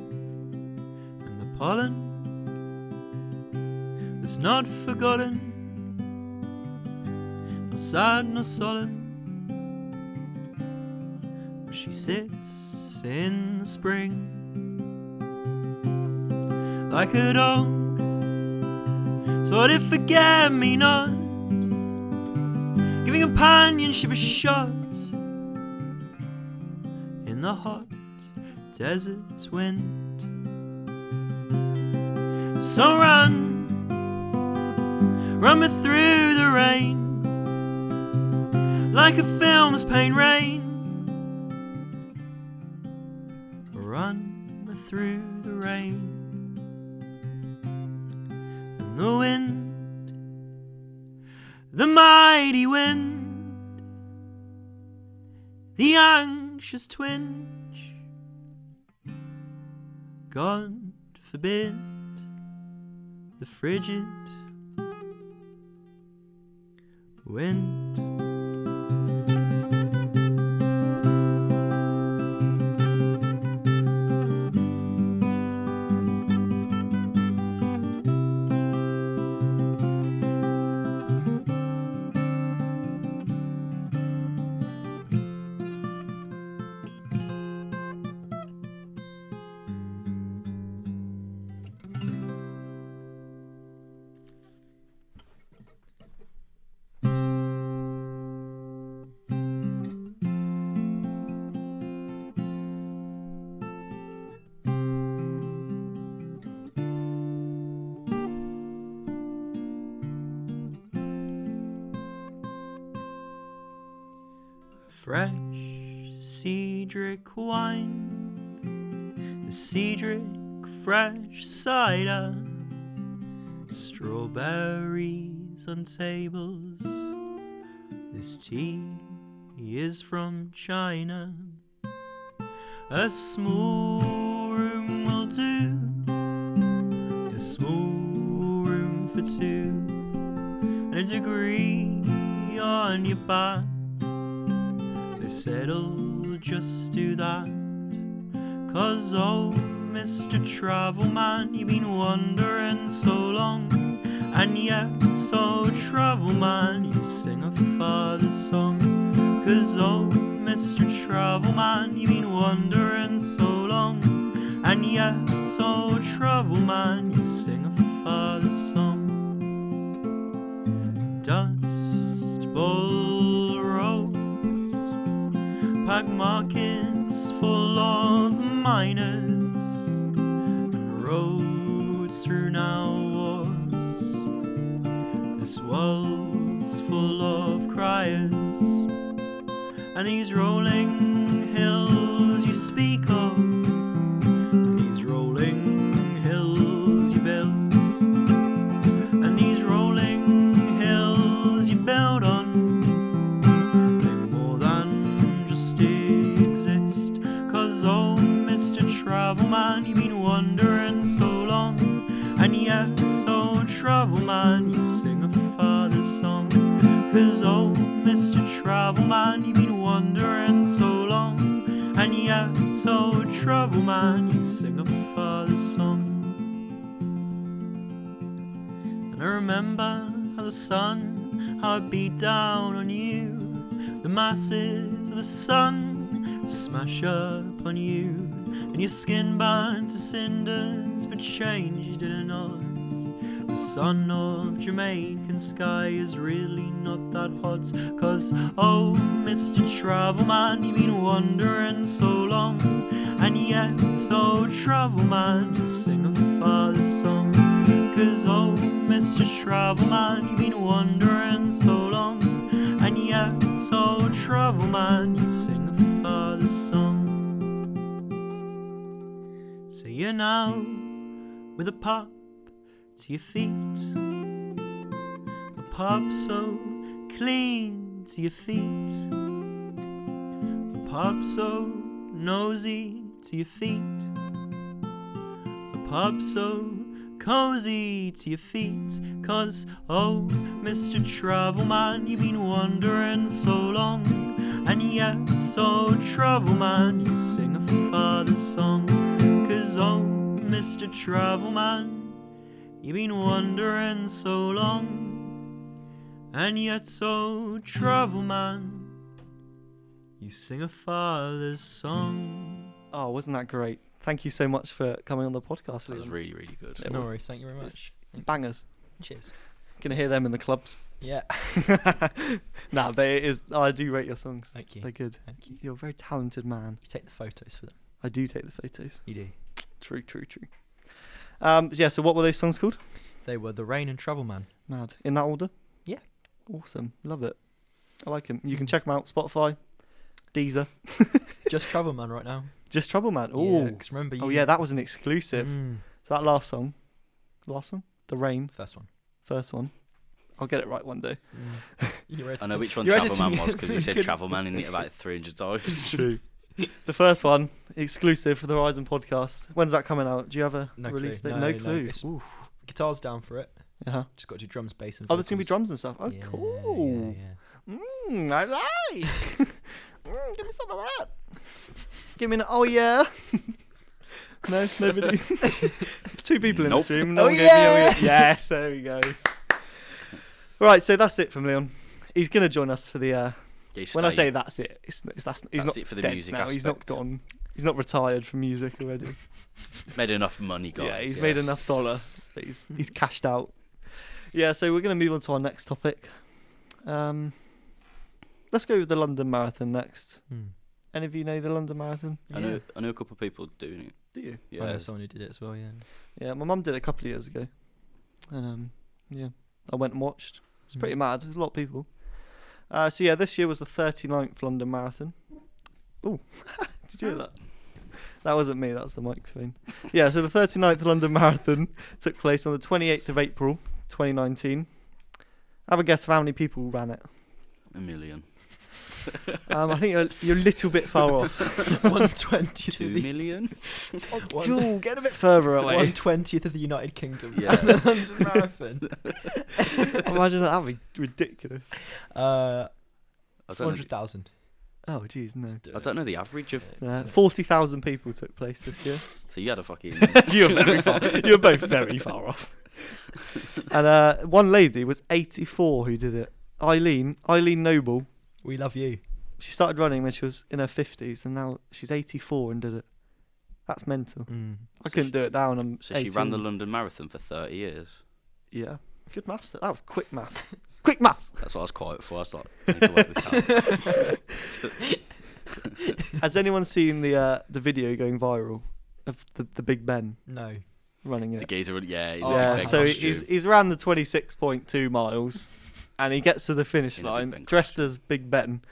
and the pollen that's not forgotten, nor sad nor sullen. As She sits in the spring like a dog, spotted forget me not, giving companionship a shot in the hot desert wind. So run, run me through the rain, like a film's pain rain. Run me through the rain, and the wind, the mighty wind, the anxious twinge. God forbid the frigid wind. Fresh cedric wine, the cedric fresh cider, strawberries on tables. This tea is from China. A small room will do, a small room for two, and a degree on your back. They said, oh, just do that. Cause, oh, Mr. Travel Man, you've been wandering so long. And yet, so Travel Man, you sing a father's song. Cause, oh, Mr. Travel Man, you've been wandering so long. And yet, so Travel Man, you sing a father's song. Dust Bowl Roads pack markets full of miners and roads through now wars. This world's full of criers and these rolling hills you speak of. These rolling hills you built, and these rolling hills you build on something more than just exist. Cause oh, Mr. Travel Man, you've been wandering so long, and yet, so Travel Man, you sing a father's song. Cause oh, Mr. Travel Man, you've been wandering so long, and yet, so Travel Man, you sing a father's song. I remember how the sun, how it beat down on you. The masses of the sun smash up on you, and your skin burned to cinders, but changed did it not. The sun of Jamaican sky is really not that hot, cause oh, Mr. Travel Man, you've been wandering so long, and yet, so Travel Man, you sing a father's song. Cause oh, Mr. Travel Man, you've been wandering so long, and yet, so Travel Man, you sing a father's song. So you're now with a pop to your feet, a pop so clean to your feet, a pop so nosy to your feet, a pop so cozy to your feet. Cause, oh, Mr. Travel Man, you've been wandering so long. And yet, so Travel Man, you sing a father's song. Cause, oh, Mr. Travel Man, you've been wandering so long. And yet, so Travel Man, you sing a father's song.
Oh, wasn't that great? Thank you so much for coming on the podcast.
That was
Liam.
really, really good.
It
no
was
worries. Thank you very
it's-
much.
bangers.
Cheers.
Gonna hear them in the clubs.
Yeah.
nah, but it is. I do rate your songs.
Thank
They're
you.
good.
Thank you.
You're a very talented man.
You take the photos for them.
I do take the photos.
You do.
True, true, true. Um, yeah. So what were those songs called?
They were the Rain and Travel Man.
Mad. In that order.
Yeah.
Awesome. Love it. I like them. You can check them out. Spotify, Deezer.
Just Travel Man right now.
Just Trouble Man.
Yeah,
Oh.
'cause remember you.
oh yeah, that was an exclusive.
Mm,
So that last song, last song, The Rain,
first one.
first one. I'll get it right one day.
You're
I know which one
You're
Travel Man
editing
was
it,
because
so
he
you
said
couldn't-
Travel Man in it about 300 times.
True. the first one, exclusive for the Horizon podcast. When's that coming out? Do you have a
No
release
clue.
date?
No,
No,
no.
clue.
It's- Guitar's down for it.
uh
Just got to do drums, bass, and.
Oh, there's gonna be
vocals.
drums and stuff. Oh,
Yeah,
cool.
yeah, yeah.
Mm, I like. mm, give me some of that. Give me an oh yeah. no, nobody. Two people in this
Nope.
room. No
Oh,
one gave me oh,
yeah.
Yes, there we go. Right, so that's it from Leon. He's gonna join us for the. Uh,
Yeah,
when I
stay.
say that's it, it's, it's that's, he's not
That's it for the
dead
music
now. He's not
aspect.
gone. He's not retired from music already.
made enough money, guys.
yeah, he's made enough dollar. That he's he's cashed out. Yeah, so we're gonna move on to our next topic. Um, let's go with the London Marathon next.
Hmm.
Any of you know the London Marathon?
I know, I know a couple of people doing it.
Do you?
Yeah,
I know someone who did it as well. Yeah.
Yeah, my mum did it a couple of years ago, and um, yeah, I went and watched. It's pretty mad. There's a lot of people. Uh, so yeah, this year was the 39th London Marathon. Oh, did you hear that? That wasn't me. That was the microphone. Yeah, so the 39th London Marathon took place on the 28th of April, 2019. Have a guess of how many people ran it.
a million.
Um, I think you're you're a little bit far off.
One twentieth
Two
of the
million?
one
Cool, get a bit further away.
twentieth of the United Kingdom.
Yeah.
the London Marathon.
Imagine that. That'd be ridiculous.
Uh,
I
four
don't, know,
hundred thousand.
Oh, jeez, no.
I don't know the average of.
Uh, Forty thousand people took place this year.
So you had a fucking.
you were very far. You were both very far off. and uh, one lady was 84 who did it. Eileen, Eileen Noble.
We love you.
She started running when she was in her 50s, and now she's 84 and did it. That's mental. I
Mm.
So
couldn't do it now, and I'm.
so she ran the
18.
London Marathon for 30 years.
Yeah, good maths. That was quick maths. quick maths.
That's what I was quiet for. I was like, I need to work this out.
Has anyone seen the uh, the video going viral of the, the Big Ben
No.
running
The
it?
geezer, yeah. in a
Oh,
yeah,
big
so
costume.
he's he's ran the 26.2 miles and he gets to the finish
In a Big
line
Ben
dressed as Big Ben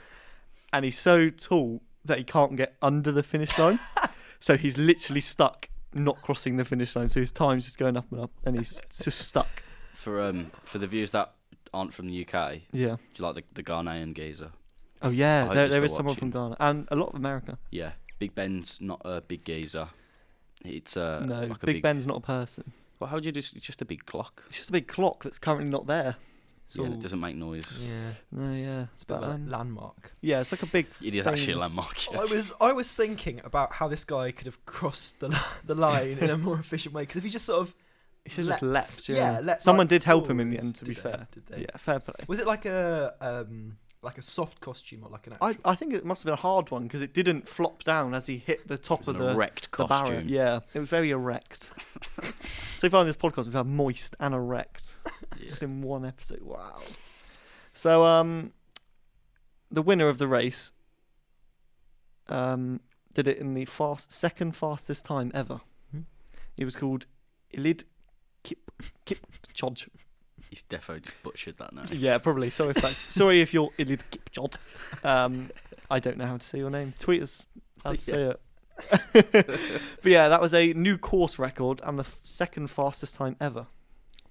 and he's so tall that he can't get under the finish line. so he's literally stuck not crossing the finish line. So his time's just going up and up and he's just stuck.
For, um, for the viewers that aren't from the UK, do
Yeah.
you like the, the Ghanaian geezer?
Oh
I
yeah,
hope
there,
you're
there
still
is someone from Ghana and a lot of America.
Yeah. Big Ben's not a big geezer. It's uh,
no,
like a
Big
big
Ben's not a person.
Well, how do you just just a big clock?
It's just a big clock that's currently not there.
yeah, and it doesn't make noise.
Yeah.
No, yeah,
It's a bit
But,
of a
um,
landmark.
yeah, it's like a big.
It is actually a
thing.
landmark. yeah.
I was I was thinking about how this guy could have crossed the li- the line in a more efficient way because if he just sort of
He should have just
Let's-
leapt.
yeah,
Yeah,
leapt
someone
right
did help him in the
forwards,
end. To be
did they?
fair,
Did they?
yeah, fair play.
Was it like a um, like a soft costume or like an actual?
I, I think it must have been a hard one because it didn't flop down as he hit the top
It's an
of the,
erect
the barrier.
costume.
Yeah, it was very erect. so far in this podcast, we've had moist and erect
Yeah.
just in one episode. Wow. So um, the winner of the race um did it in the fast second fastest time ever.
Hmm.
He was called Ilid Kip Kipchog.
He's defo just butchered that now.
Yeah, probably. Sorry if that's sorry if you're Ilid Kipchod. Um, I don't know how to say your name. Tweet us how to say it. but yeah, that was a new course record and the f- second fastest time ever.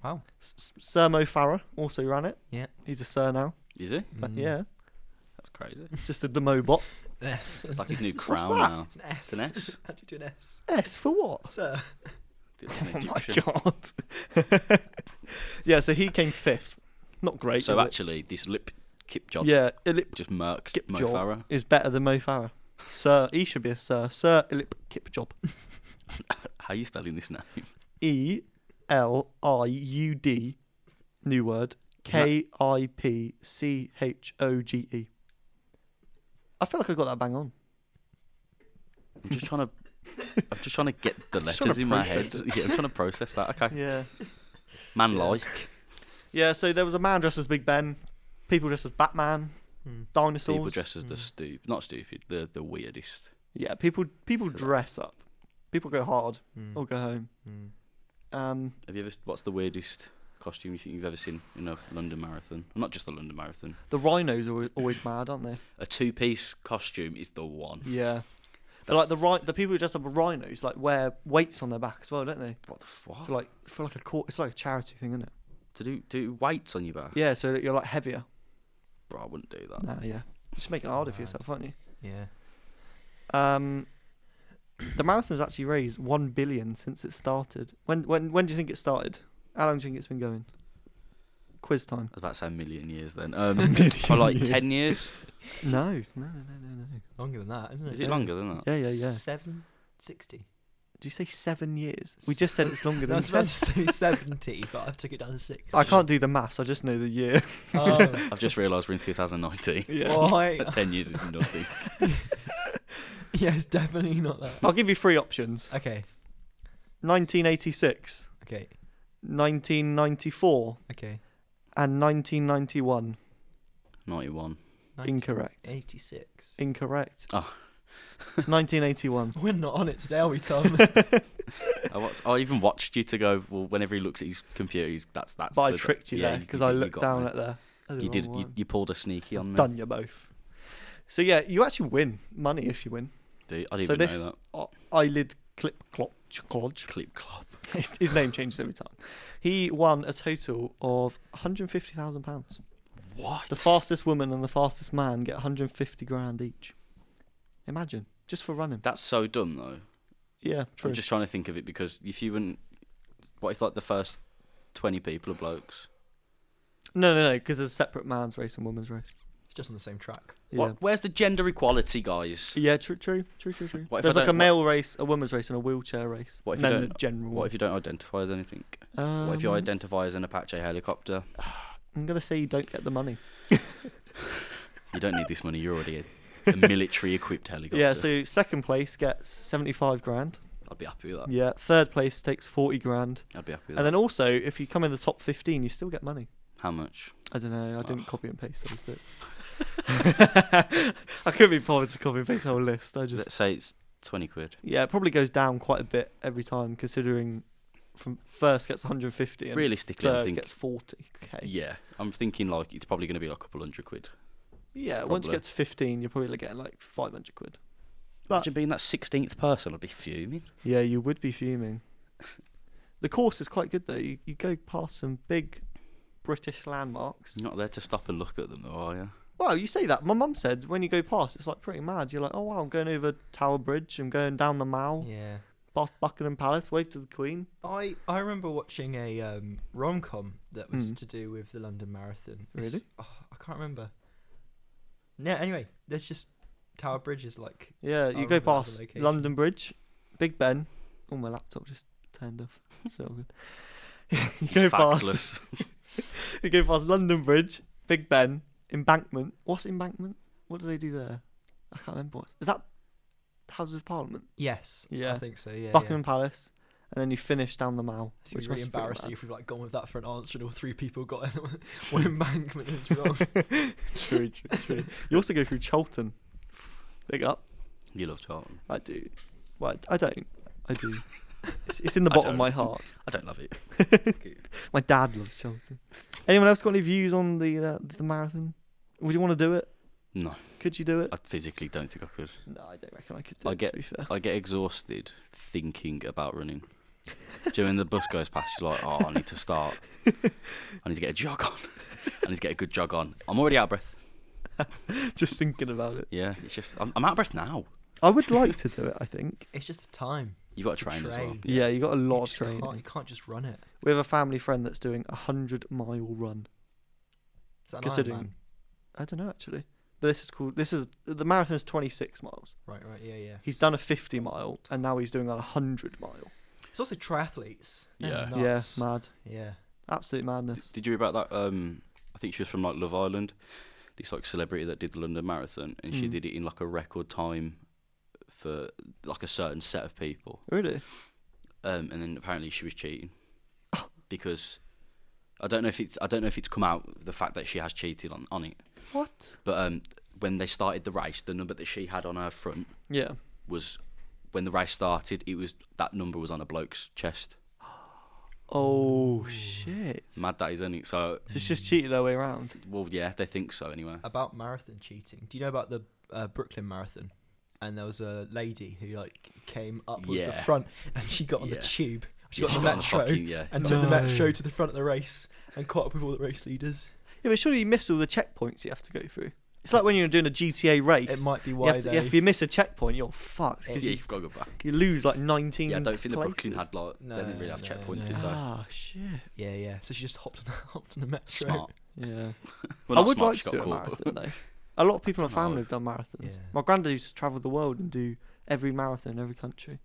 Wow.
S- S- Sermo Farah also ran it.
Yeah.
he's a Sir now.
Is he?
But
Mm.
yeah,
That's crazy.
just did the Mobot.
Yes.
It's like his new
What's
crown
that?
now.
It's an S.
It's an S.
How do you do an S?
S for what?
Sir.
Did an
Oh my
Egyptian.
god. yeah, so he came fifth. Not great.
So
is it?
actually, this lip kip job
yeah, Ilip
just murked Mo
Kipjob
Farah.
is better than Mo Farah. Sir, he should be a Sir. Sir Ilip Kipjob.
How are you spelling this name?
E L I U D, new word, K
Isn't
I P C H O G E. I feel like I got that bang on.
I'm just trying to. I'm just trying to get the
Just trying
letters
to
in my head.
process
Yeah, I'm trying to process that. Okay,
Yeah.
man
Yeah.
like
Yeah, so there was a man dressed as Big Ben, people dressed as Batman,
Hmm.
dinosaurs.
people dress as the stupid, not stupid, the the weirdest.
yeah, people people dress up. People go hard
hmm,
or go home.
Mm.
Um,
Have you ever? What's the weirdest costume you think you've ever seen in a London marathon? Well, not just the London marathon.
the rhinos are alwa- always mad, aren't they?
A two-piece costume is the one.
Yeah. But like the ri- the people who dress up as rhinos like wear weights on their back as well, don't they?
What the fuck?
So like for like a court, it's like a charity thing, isn't it?
to do do weights on your back?
Yeah, so that you're like heavier.
Bro, I wouldn't do that.
Nah, yeah. Just make it harder for yourself, aren't you?
Yeah.
Um, the marathon's actually raised one billion since it started. When when when do you think it started? How long do you think it's been going? Quiz time.
I was about to say a million years then. Um, for like ten years.
No, no, no, no, no, no.
Longer than that, isn't it?
Is it longer than that?
Yeah, yeah, yeah.
Seven sixty.
Do you say seven years? We just said it's longer
I
than
was about
ten.
to say seventy, but I took it down to six.
I can't do the maths. I just know the year.
Oh.
I've just realised we're in 2019.
Yeah.
Why?
ten years is nothing.
yeah, it's definitely not that.
I'll give you three options:
Okay.
1986,
Okay.
1994,
Okay.
and 1991.
91.
Incorrect.
Eighty-six.
Incorrect.
Oh.
It's 1981.
We're not on it today, are we, Tom?
I, watched, I even watched you to go. Well, whenever he looks at his computer, he's that's that's.
But I
the-
tricked you
yeah,
there because
did-
I
you
looked
got
down
me.
at the. at the
You did.
wrong
You,
one.
you pulled a sneaky on me.
Done you both. So yeah, you actually win money if you win.
Dude, I didn't
so
even
this
know that.
o- eyelid clip clodge, clodge.
Clip clop.
His, his name changes every time. He won a total of 150,000 pounds.
What?
The fastest woman and the fastest man get 150 grand each. Imagine just for running.
That's so dumb though.
Yeah, true.
I'm just trying to think of it because if you wouldn't, what if like the first twenty people are blokes?
No, no, no, because there's a separate man's race and woman's race.
it's just on the same track.
Yeah.
What? Where's the gender equality, guys?
Yeah, true, true, true, true, true.
What if I
There's like a
don't- what-
male race, a woman's race, and a wheelchair race.
What
and
if you
then the
don't-
general.
What if you don't identify as anything?
you, um,
What if you identify as an Apache helicopter?
I'm gonna say you don't get the money.
You don't need this money. You're already a, a military-equipped helicopter.
Yeah, so second place gets 75 grand.
I'd be happy with that.
Yeah, third place takes 40 grand.
I'd be happy with
And
that.
then also, if you come in the top 15, you still get money.
How much?
I don't know, I didn't
Ugh.
copy and paste those bits. I couldn't be bothered to copy and paste the whole list. I just.
Let's say it's twenty quid.
Yeah, it probably goes down quite a bit every time, considering from first gets 150 and
Realistically, I
third
think.
gets 40k.
Yeah, I'm thinking like it's probably going to be like a couple hundred quid.
Yeah, once you
Probably.
get to 15, you're probably getting like 500 quid. But-
Imagine being that sixteenth person. I'd be fuming.
Yeah, you would be fuming. The course is quite good though. You, you go past some big British landmarks.
Mm.
You're not there to stop and look at them, though, are you?
Well, you say that. My mum said when you go past, it's like pretty mad. You're like, oh wow, I'm going over Tower Bridge. I'm going down the Mall,
Yeah.
past Buckingham Palace, wave to the Queen.
I, I remember watching a um, rom com that was
Mm.
to do with the London Marathon.
Really?
just- oh, I can't remember. Yeah. Anyway, there's just Tower Bridge is like
Yeah, you go
I remember Oh, that as a
past
location.
London Bridge, Big Ben. Oh, my laptop just turned off. It's all good. you
He's
go past,
factless.
you go past London Bridge, Big Ben, Embankment. What's Embankment? What do they do there? I can't remember. What is that? Houses of Parliament,
Yes.
Yeah.
I think so. Yeah.
Buckingham Palace, and then you finish down the Mall.
It's gonna
which
be really
must pretty
embarrassing
bad.
if we've like gone with that for an answer and all three people got it. one embankment is wrong.
true, true, true. You also go through Cholton. Big up.
You love Charlton.
I do. Well, I don't. I do. It's, it's in the
I
bottom of
don't.
my heart.
I don't love it.
My dad loves Cheltenham. Anyone else got any views on the uh, the marathon? Would you want to do it?
No,
Could you do it?
I physically don't think I could.
no, I don't reckon I could
I get- I get exhausted thinking about running. Do you know when the bus goes past, you're like, oh, I need to start. I need to get a jog on. I need to get a good jog on. I'm already out of breath.
Just thinking about it.
Yeah, it's just, I'm, I'm out of breath now.
I would like to do it. I think.
It's just the time.
You've got to train, as well.
Train.
Yeah, you got a
You
lot of
just can't- You
training.
can't just run it.
We have a family friend that's doing a hundred mile run.
Is that an
Considering-
Ironman?
I don't know actually, but this is called. This is the marathon is twenty six miles.
Right, right, yeah, yeah.
He's done a fifty mile, and now he's doing a hundred mile.
It's also triathletes.
Yeah.
They're nuts.
Yeah, mad,
yeah.
absolute
D-
madness.
Did you hear about that? Um, I think she was from like Love Island. This like celebrity that did the London Marathon, and she
Mm.
did it in like a record time for like a certain set of people.
Really?
Um, and then apparently she was cheating because I don't know if it's I don't know if it's come out the fact that she has cheated on on it.
What?
But um, when they started the race, the number that she had on her front
Yeah.
was when the race started. It was that number was on a bloke's chest.
Oh shit.
Mad that is, isn't it? So
So it's just cheated their way around.
well, yeah, they think so anyway.
About marathon cheating. Do you know about the uh, Brooklyn Marathon? And there was a lady who like came up with the
Yeah.
front, and she got on
Yeah.
the tube. She
Yeah,
got
she
on the
got on the
metro
fucking- yeah.
and took the
No.
metro to the front of the race and caught up with all the race leaders.
Yeah, but surely you miss all the checkpoints you have to go through. It's like when you're doing a GTA race.
It might be
you
why
have to,
they.
If you miss a checkpoint, you're fucked because
yeah,
you,
you've got to go back.
you lose like 19.
Yeah, I don't think the Brooklyn
places.
had like they didn't really have
No,
checkpoints
no.
did they?
Ah, shit.
Yeah, yeah. So she just hopped on, hopped on the metro.
Smart.
Yeah.
Well,
I
not
would
smart,
like
she
to
got
do a
caught, but-
marathon, though. A lot of people in my
Dunno.
family have done marathons.
Yeah.
My granddad used to travel the world and do every marathon in every country.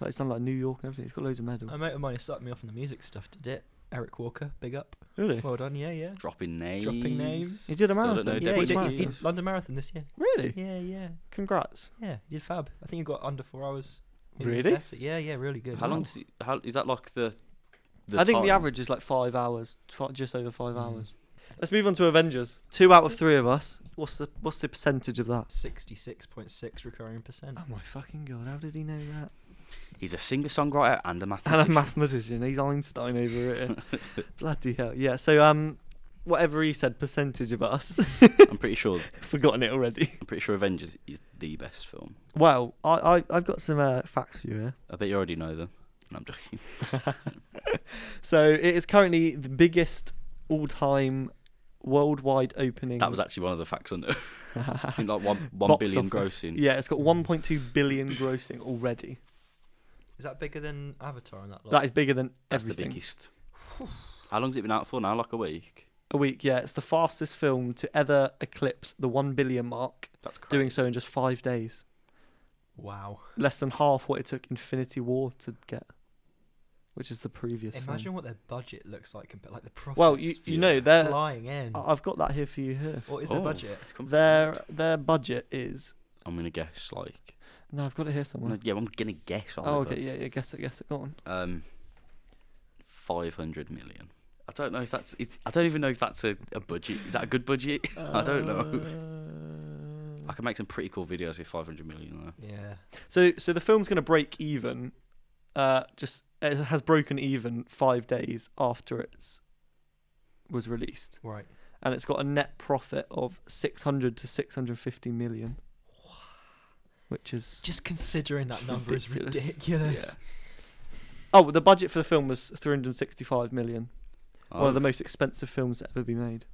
Like, he's done like New York and everything. He's got loads of medals.
A mate of mine who started me off on the music stuff did it. Eric Walker, big up.
really?
Well done, yeah, yeah.
dropping names.
Dropping names.
He did a
Still don't
marathon.
know
Yeah,
yeah,
he
he
Deborah's
did,
did-
he
he-
did London Marathon this year.
Really?
Yeah, yeah,
Congrats.
yeah. He did fab. I think he got under four hours. Maybe
Really?
better. Yeah, yeah, really good.
How long? Does it, how is that like the?
I think the
time? Hmm.
average is like five hours, fi- just over five
Mm.
hours. Let's move on to Avengers. Two out of three of us. What's the what's the percentage of that?
Sixty-six point six recurring percent.
Oh my fucking god! How did he know that?
He's a singer songwriter and
And
a
a
mathematician.
mathematician. He's Einstein over here. Bloody hell! Yeah. So um, whatever he said, percentage of us.
I'm pretty sure.
Forgotten it already.
I'm pretty sure Avengers is the best film.
Well, I, I I've got some uh, facts for you here.
I bet you already know them. No, I'm joking.
So it is currently the biggest all-time worldwide opening.
That was actually one of the facts I know. I think like one one
box
billion
office.
grossing.
Yeah, it's got 1.2 billion grossing already.
Is that bigger than Avatar on that? Lot?
That is bigger than
that's the
everything.
biggest. How long's it been out for now? Like a week.
A week, yeah. It's the fastest film to ever eclipse the 1 billion mark,
That's crazy.
doing so in just five days.
wow.
Less than half what it took Infinity War to get, which is the previous
Imagine
film.
what their budget looks like compared, like the profits.
Well, you, you know, uh, their, I-
flying in.
I've got that here for you here.
What is
Oh.
their budget?
It's come-
Their, their budget is.
I'm gonna guess like.
No, I've got it here
No,
somewhere.
yeah, I'm gonna guess.
oh,
Oliver.
okay, yeah, yeah, guess it, guess it. Go on.
um, five hundred million. I don't know if that's. Is, I don't even know if that's a, a budget. Is that a good budget? I don't know. I
know.
could make some pretty cool videos with five hundred million though.
Yeah.
So, so the film's going to break even. Uh, just it has broken even five days after it's was released,
Right.
and it's got a net profit of six hundred to six hundred fifty million, which is
Just considering that number is
Ridiculous.
ridiculous.
oh, the budget for the film was three hundred sixty-five million.
Oh,
One of the most expensive films to ever be made.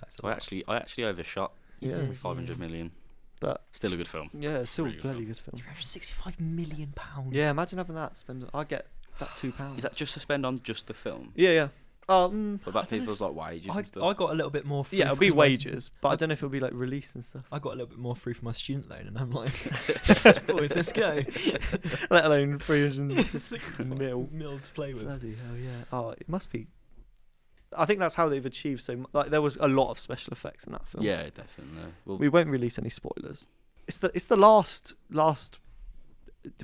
That's a
I
lot.
actually, I actually overshot
Yeah,
did.
five hundred million.
but
Still a good film.
yeah, it's still
Really
a
good
bloody
film.
good film.
365 million pounds.
Yeah, imagine having that. Spend I get that two pounds.
Is that just to spend on just the film?
Yeah, yeah. Um,
What about
I don't know
people's like wages
I,
and stuff?
I got a little bit more.
if-
Free
yeah, it'll
for
be
my-
wages, but I don't know if it'll be like release and stuff.
I got a little bit more free for my student loan, and I'm like, boys, let's go.
Let alone three hundred
Six
mil.
mil to play with.
Bloody hell, yeah. Oh, it must be. I think that's how they've achieved so. mu- Like, there was a lot of special effects in that film.
yeah, definitely. Well,
We won't release any spoilers. It's the it's the last last.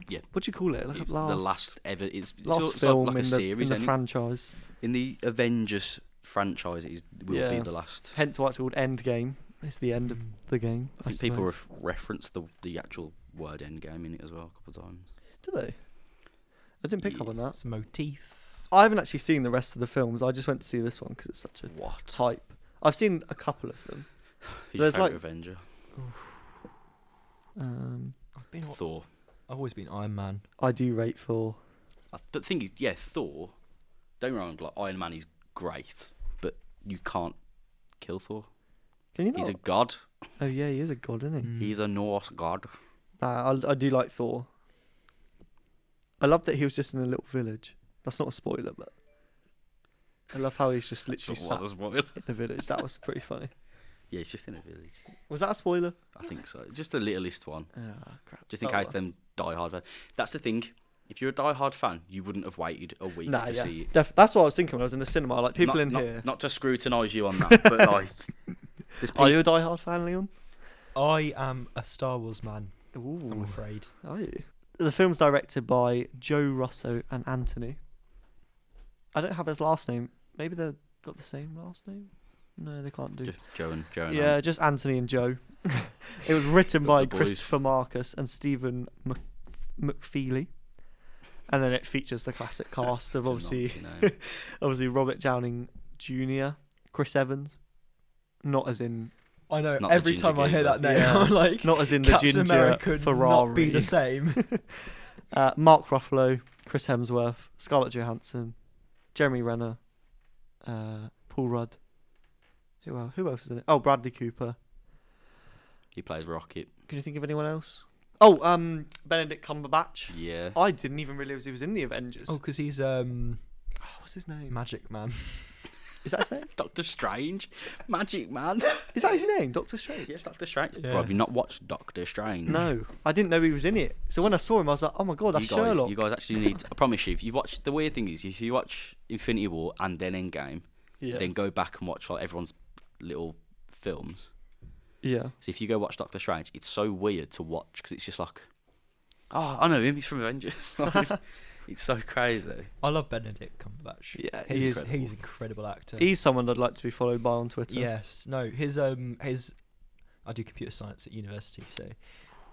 Yeah.
What do you call it? Like a
it's
last,
the last ever. It's, it's
last
sort- it's like-
film
like, a
in, the,
series.
in
ain't
the
it?
franchise.
in the Avengers franchise, it is, will be
Yeah.
the last.
Hence why it's called Endgame. It's the end of
Mm.
the game.
Mm. I think people
suppose.
ref- reference the the actual word Endgame in it as well a couple of times.
Do they? I didn't pick up on that.
That's a motif.
I haven't actually seen the rest of the films. I just went to see this one because it's such a
What?
type. I've seen a couple of them.
Who's your
There's,
favorite
like-
Avenger?
Um,
I've been. I've
Thor.
always been Iron Man.
I do rate for.
I- But the thing is, yeah, Thor. Don't get me wrong, like Iron Man is great, but you can't kill Thor.
Can you
He's
not?
a god.
Oh yeah, he is a god, isn't he?
Mm.
He's a Norse god.
Nah, I, I do like Thor. I love that he was just in a little village. That's not a spoiler, but I love how he's just literally
Sort
sat
of was a spoiler.
in the village. That was pretty funny.
Yeah, he's just in a village.
Was that a spoiler?
I think so. Just the littlest one.
Ah, crap.
Just in
Oh,
case
well.
them diehard fan. That's the thing. If you're a diehard fan, you wouldn't have waited a week
Nah,
to
yeah.
see it.
Def- that's what I was thinking when I was in the cinema. Like people
Not-
in
not-
here.
Not to scrutinise you on that, but like, there's
Are
people,
you a diehard fan, Leon?
I am a Star Wars man. I'm
Ooh,
afraid.
are you? The film's directed by Joe Russo and Anthony. I don't have his last name. Maybe they've got the same last name. No, they can't do.
just Joe and Joe and
yeah,
Ant.
just Anthony and Joe. it was written
The-
by
the boys.
Christopher Marcus and Stephen Mc- McFeely, and then it features the classic cast of
Just
obviously
Nazi name.
obviously Robert Downing Jr., Chris Evans, not as in
I know.
Not the
every
ginger
time I hear
geezer.
that name,
Yeah.
I'm like,
not as in the
Captain
ginger
America would
Ferrari.
not be the same.
uh, Mark Ruffalo, Chris Hemsworth, Scarlett Johansson, Jeremy Renner, uh, Paul Rudd. Who else? Who else is in it? Oh, Bradley Cooper.
he plays Rocket.
Can you think of anyone else? Oh, um, Benedict Cumberbatch.
Yeah,
I didn't even realize he was in the Avengers.
oh, because he's um
Oh, what's his name?
Magic Man.
Is that his name?
Doctor Strange, Magic Man.
Is that his name? Doctor Strange.
yes, Doctor Strange. Bro,
Yeah.
have you not watched Doctor Strange?
No, I didn't know he was in it. So when I saw him, I was like, "Oh my god, that's
you guys,
Sherlock."
you guys actually need. I promise you, if you watch the weird thing is, if you watch Infinity War and then Endgame,
yeah.
then go back and watch like everyone's little films.
yeah.
So if you go watch Doctor Strange, it's so weird to watch because it's just like, oh, I know him. He's from Avengers. Like, it's so crazy.
I love Benedict Cumberbatch.
Yeah,
he's
he's
he's,
incredible.
an incredible actor.
He's someone I'd like to be followed by on Twitter.
yes, no, his um his I do computer science at university, so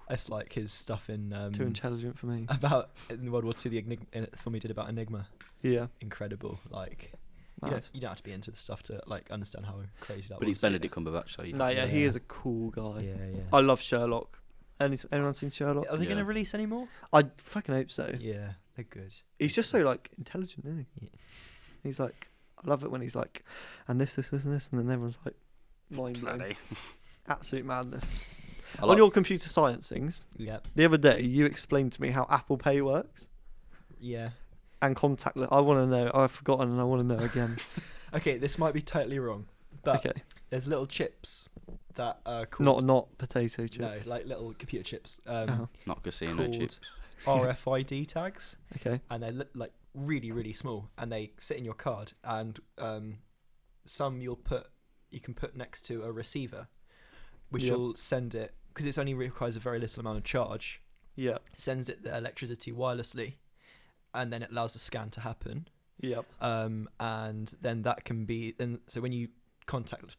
it's like his stuff in um
Too intelligent for me.
about in World War Two the Enigma film he did about Enigma.
Yeah.
Incredible, like you
Mad.
don't, you don't have to be into the stuff to like understand how crazy that
But
was.
it's Benedict Cumberbatch, so you
No, yeah, he
Yeah.
is a cool guy.
Yeah, yeah.
I love Sherlock. Any, anyone seen Sherlock?
Are they
Yeah.
gonna release any more?
I fucking hope so.
Yeah, they're good.
He's just so like intelligent, isn't he?
Yeah.
He's like, I love it when he's like, and this, this, this, and this, and then everyone's like, mind blown,
Bloody.
absolute madness.
I
On
like-
your computer science things,
Yep.
The other day, you explained to me how Apple Pay works
Yeah.
and contactless. I want to know. I've forgotten, and I want to know again.
Okay, this might be totally wrong, but
okay,
there's little chips that are called
not not potato chips.
no, like little computer chips. Um,
Oh,
not casino
called-
chips.
RFID tags,
okay.
and they're li- like really, really small, and they sit in your card. And um, some you'll put, you can put next to a receiver, which
Yep.
will send it because it's only requires a very little amount of charge.
Yep.
Sends it the electricity wirelessly, and then it allows the scan to happen.
Yep.
Um, and then that can be then so when you contactless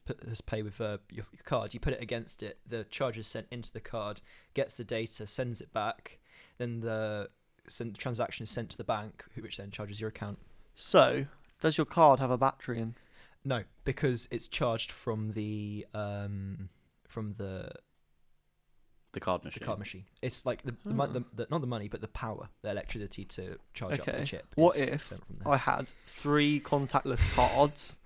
pay with uh, your, your card, you put it against it. The charge is sent into the card, gets the data, sends it back. Then the send, transaction is sent to the bank, who- which then charges your account.
So, does your card have a battery in?
No, because it's charged from the um, from the,
The card
the
machine.
card machine. It's like the, the, mon-
Ah.
the, the not the money, but the power, the electricity to charge up
Okay.
the chip.
What
is
if
sent from there.
I had three contactless cards,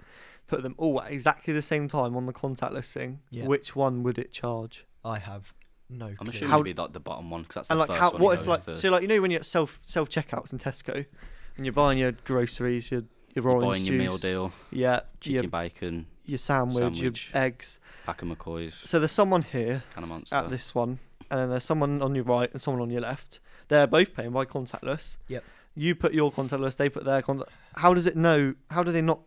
put them all at exactly the same time on the contactless thing.
Yeah.
Which one would it charge?
I have no.
I'm
clue.
assuming
How-
it'd be like the bottom one because that's the
and like,
first
how?
one.
What
he
if
goes
like?
to.
So like, you know when you're at self self checkouts in Tesco, and you're buying your groceries, your your
You're
orange
buying your meal
juice,
deal,
Yeah,
chicken
your,
bacon,
your sandwich,
sandwich.
your eggs.
pack of McCoys,
So there's someone here
can of monster.
at this one, and then there's someone on your right and someone on your left. They're both paying by contactless.
Yep.
You put your contactless, they put their contact. How does it know? How do they not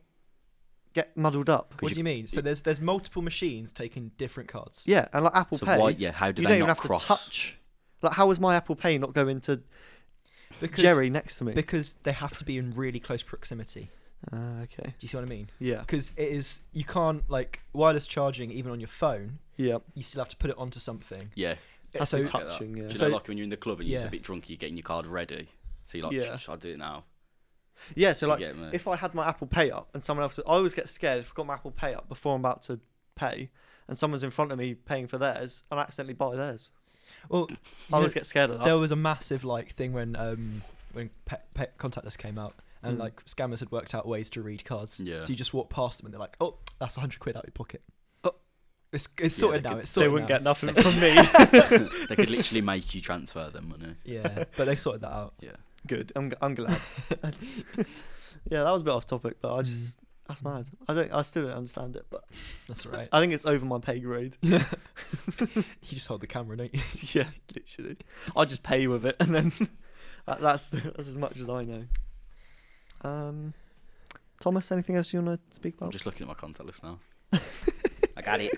get muddled up?
Could
What do you mean? So
you-
there's there's multiple machines taking different cards.
Yeah, and like Apple
so
Pay,
why? Yeah, how do
you
they
don't even
not
have
cross?
to touch. Like, how is my Apple Pay not going to
Because,
Jerry next to me?
because they have to be in really close proximity.
Ah, okay.
Do you see what I mean?
Yeah.
Because it is you can't like wireless charging even on your phone.
Yeah.
You still have to put it onto something.
Yeah,
That's
so
a
I get that.
touching,
Do you
yeah.
know,
So-
like when you're in the club and you're just
yeah.
a bit drunk, you're getting your card ready. So you're like,
Yeah.
should I do it now?
Yeah, so
You
like
get me.
if I had my Apple Pay up and someone else, I always get scared if I've got my Apple Pay up before I'm about to pay and someone's in front of me paying for theirs and I accidentally buy theirs.
well,
I
you know,
always get scared of that.
there was a massive like thing when um when pe- pe- contactless came out and
Mm.
like scammers had worked out ways to read cards.
Yeah.
So you just walk past them and they're like, "Oh, that's 100 quid out of your pocket."
Oh.
It's it's
Yeah,
sorted
they
now.
could-
It's
they
sorted
wouldn't
now.
get nothing
They-
from me.
they could literally make you transfer them money.
Yeah, but they sorted that out.
Yeah.
Good. I'm, g- I'm glad. yeah, that was a bit off topic, but I just
Mm.
that's mad. I don't. I still don't understand it, but
That's right.
I think it's over my pay grade.
you just hold the camera, don't you?
yeah, literally. I just pay with it, and then that, that's that's as much as I know. Um, Thomas, anything else you want to speak
I'm
about?
just looking at my contact list now. I got it.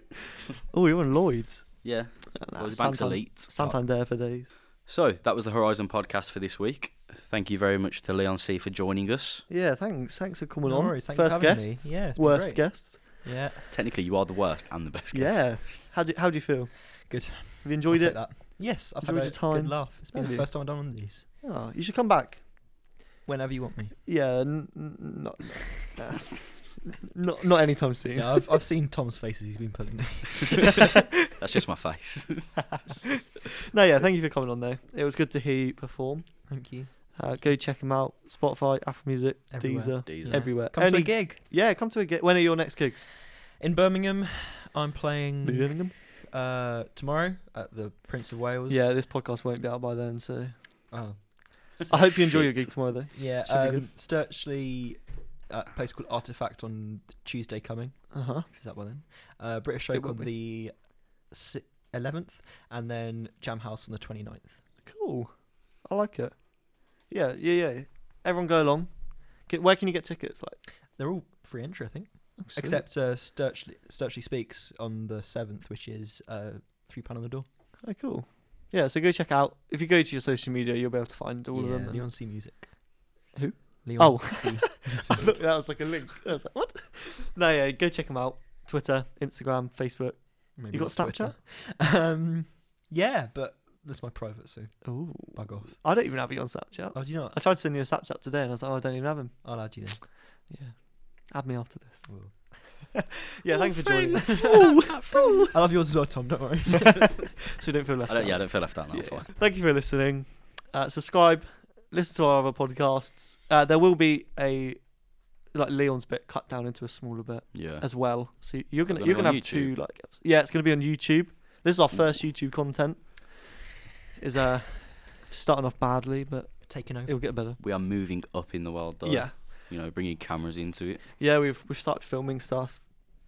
Oh, you're in Lloyd's.
Yeah.
Nah,
Lloyds Bank's
Santan-
elite.
Santander for days.
So that was the Horizon podcast for this week. Thank you very much to Leon C for joining us.
Yeah, thanks. Thanks for coming
No
on.
worries, thank you
First
for having
guest.
me. Yeah, it's been
Worst
great.
guest.
Yeah,
Technically, you are the worst and the best guest.
Yeah. How do how do you feel?
Good.
Have you
I'll
enjoyed
take
it?
That. Yes, I've
Enjoyed
had a
your time?
good laugh. It's been
Have
the
you?
first time I've done one of these.
Oh, you should come back.
Whenever you want me.
Yeah. N- n- not. no, nah. Not not anytime soon.
Yeah, I've, I've seen Tom's faces he's been pulling.
That's just my face.
No, yeah. Thank you for coming on though. It was good to hear you perform.
Thank you.
Uh, go check him out. Spotify, Apple Music,
Everywhere.
Deezer,
Deezer.
Yeah.
everywhere.
Come to a
Only-
gig
Yeah, come to a gig. When are your next gigs?
in Birmingham. I'm playing
Birmingham.
uh, tomorrow at the Prince of Wales.
Yeah, this podcast won't be out by then, so
Oh.
I hope you enjoy your
Shit.
gig tomorrow though.
Yeah.
Should be
Um, Sturchley at a place called Artifact on Tuesday coming.
Uh huh.
Is that one then? Uh, British
It
Oak
will
on the si- 11th, and then Jam House on the 29th.
Cool. I like it. Yeah, yeah, yeah. Everyone go along. Get, where can you get tickets? Like,
They're all free entry, I think,
oh, sweet.
except uh, Sturchley, Sturchley Speaks on the 7th, which is uh, three pound on the door.
oh, cool. Yeah, so go check out. If you go to your social media, you'll be able to find all
yeah,
of them.
Leon C Music.
Who?
Leon
Oh.
C.
I thought that was like a link. I was like, what? No, yeah, go check them out. Twitter, Instagram, Facebook.
Maybe
got
not Twitter. Um, yeah, but that's my private, so
Ooh,
bug off.
I don't even have you on Snapchat.
Oh, do you not?
I tried to send you a Snapchat today, and I was like, oh, I don't even have him.
I'll add you then.
Yeah, add me after this.
Well.
Yeah, thanks for joining us.
I love yours as well, Tom. Don't worry.
so you don't feel left
I don't,
out.
yeah, I don't feel left out now.
Yeah.
Fine.
Thank you for listening. Uh, subscribe, listen to our other podcasts. Uh, there will be a like Leon's bit cut down into a smaller bit
Yeah.
as well. So you're gonna
Gonna
you're
be
gonna
on
have two like episodes. yeah, it's gonna be on YouTube. This is our first YouTube content. Is uh starting off badly, but
Taking over.
it'll get better.
We are moving up in the world, though.
Yeah,
You know, bringing cameras into it.
yeah. We've we've started filming stuff.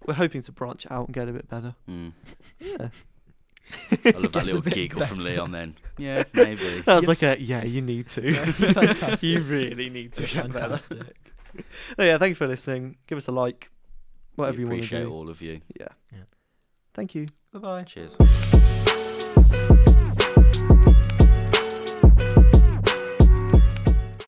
We're hoping to branch out and get a bit better.
Mm.
Yeah,
I love that
Gets a
little
bit
giggle from
better.
Leon then. Yeah, maybe.
that was like a yeah. You need to.
Fantastic.
you really need to get better.
Fantastic.
Oh, yeah, thank you for listening. Give us a like, whatever
we
you want to
appreciate
do.
all of you.
Yeah.
Yeah.
Thank you.
Bye bye.
Cheers.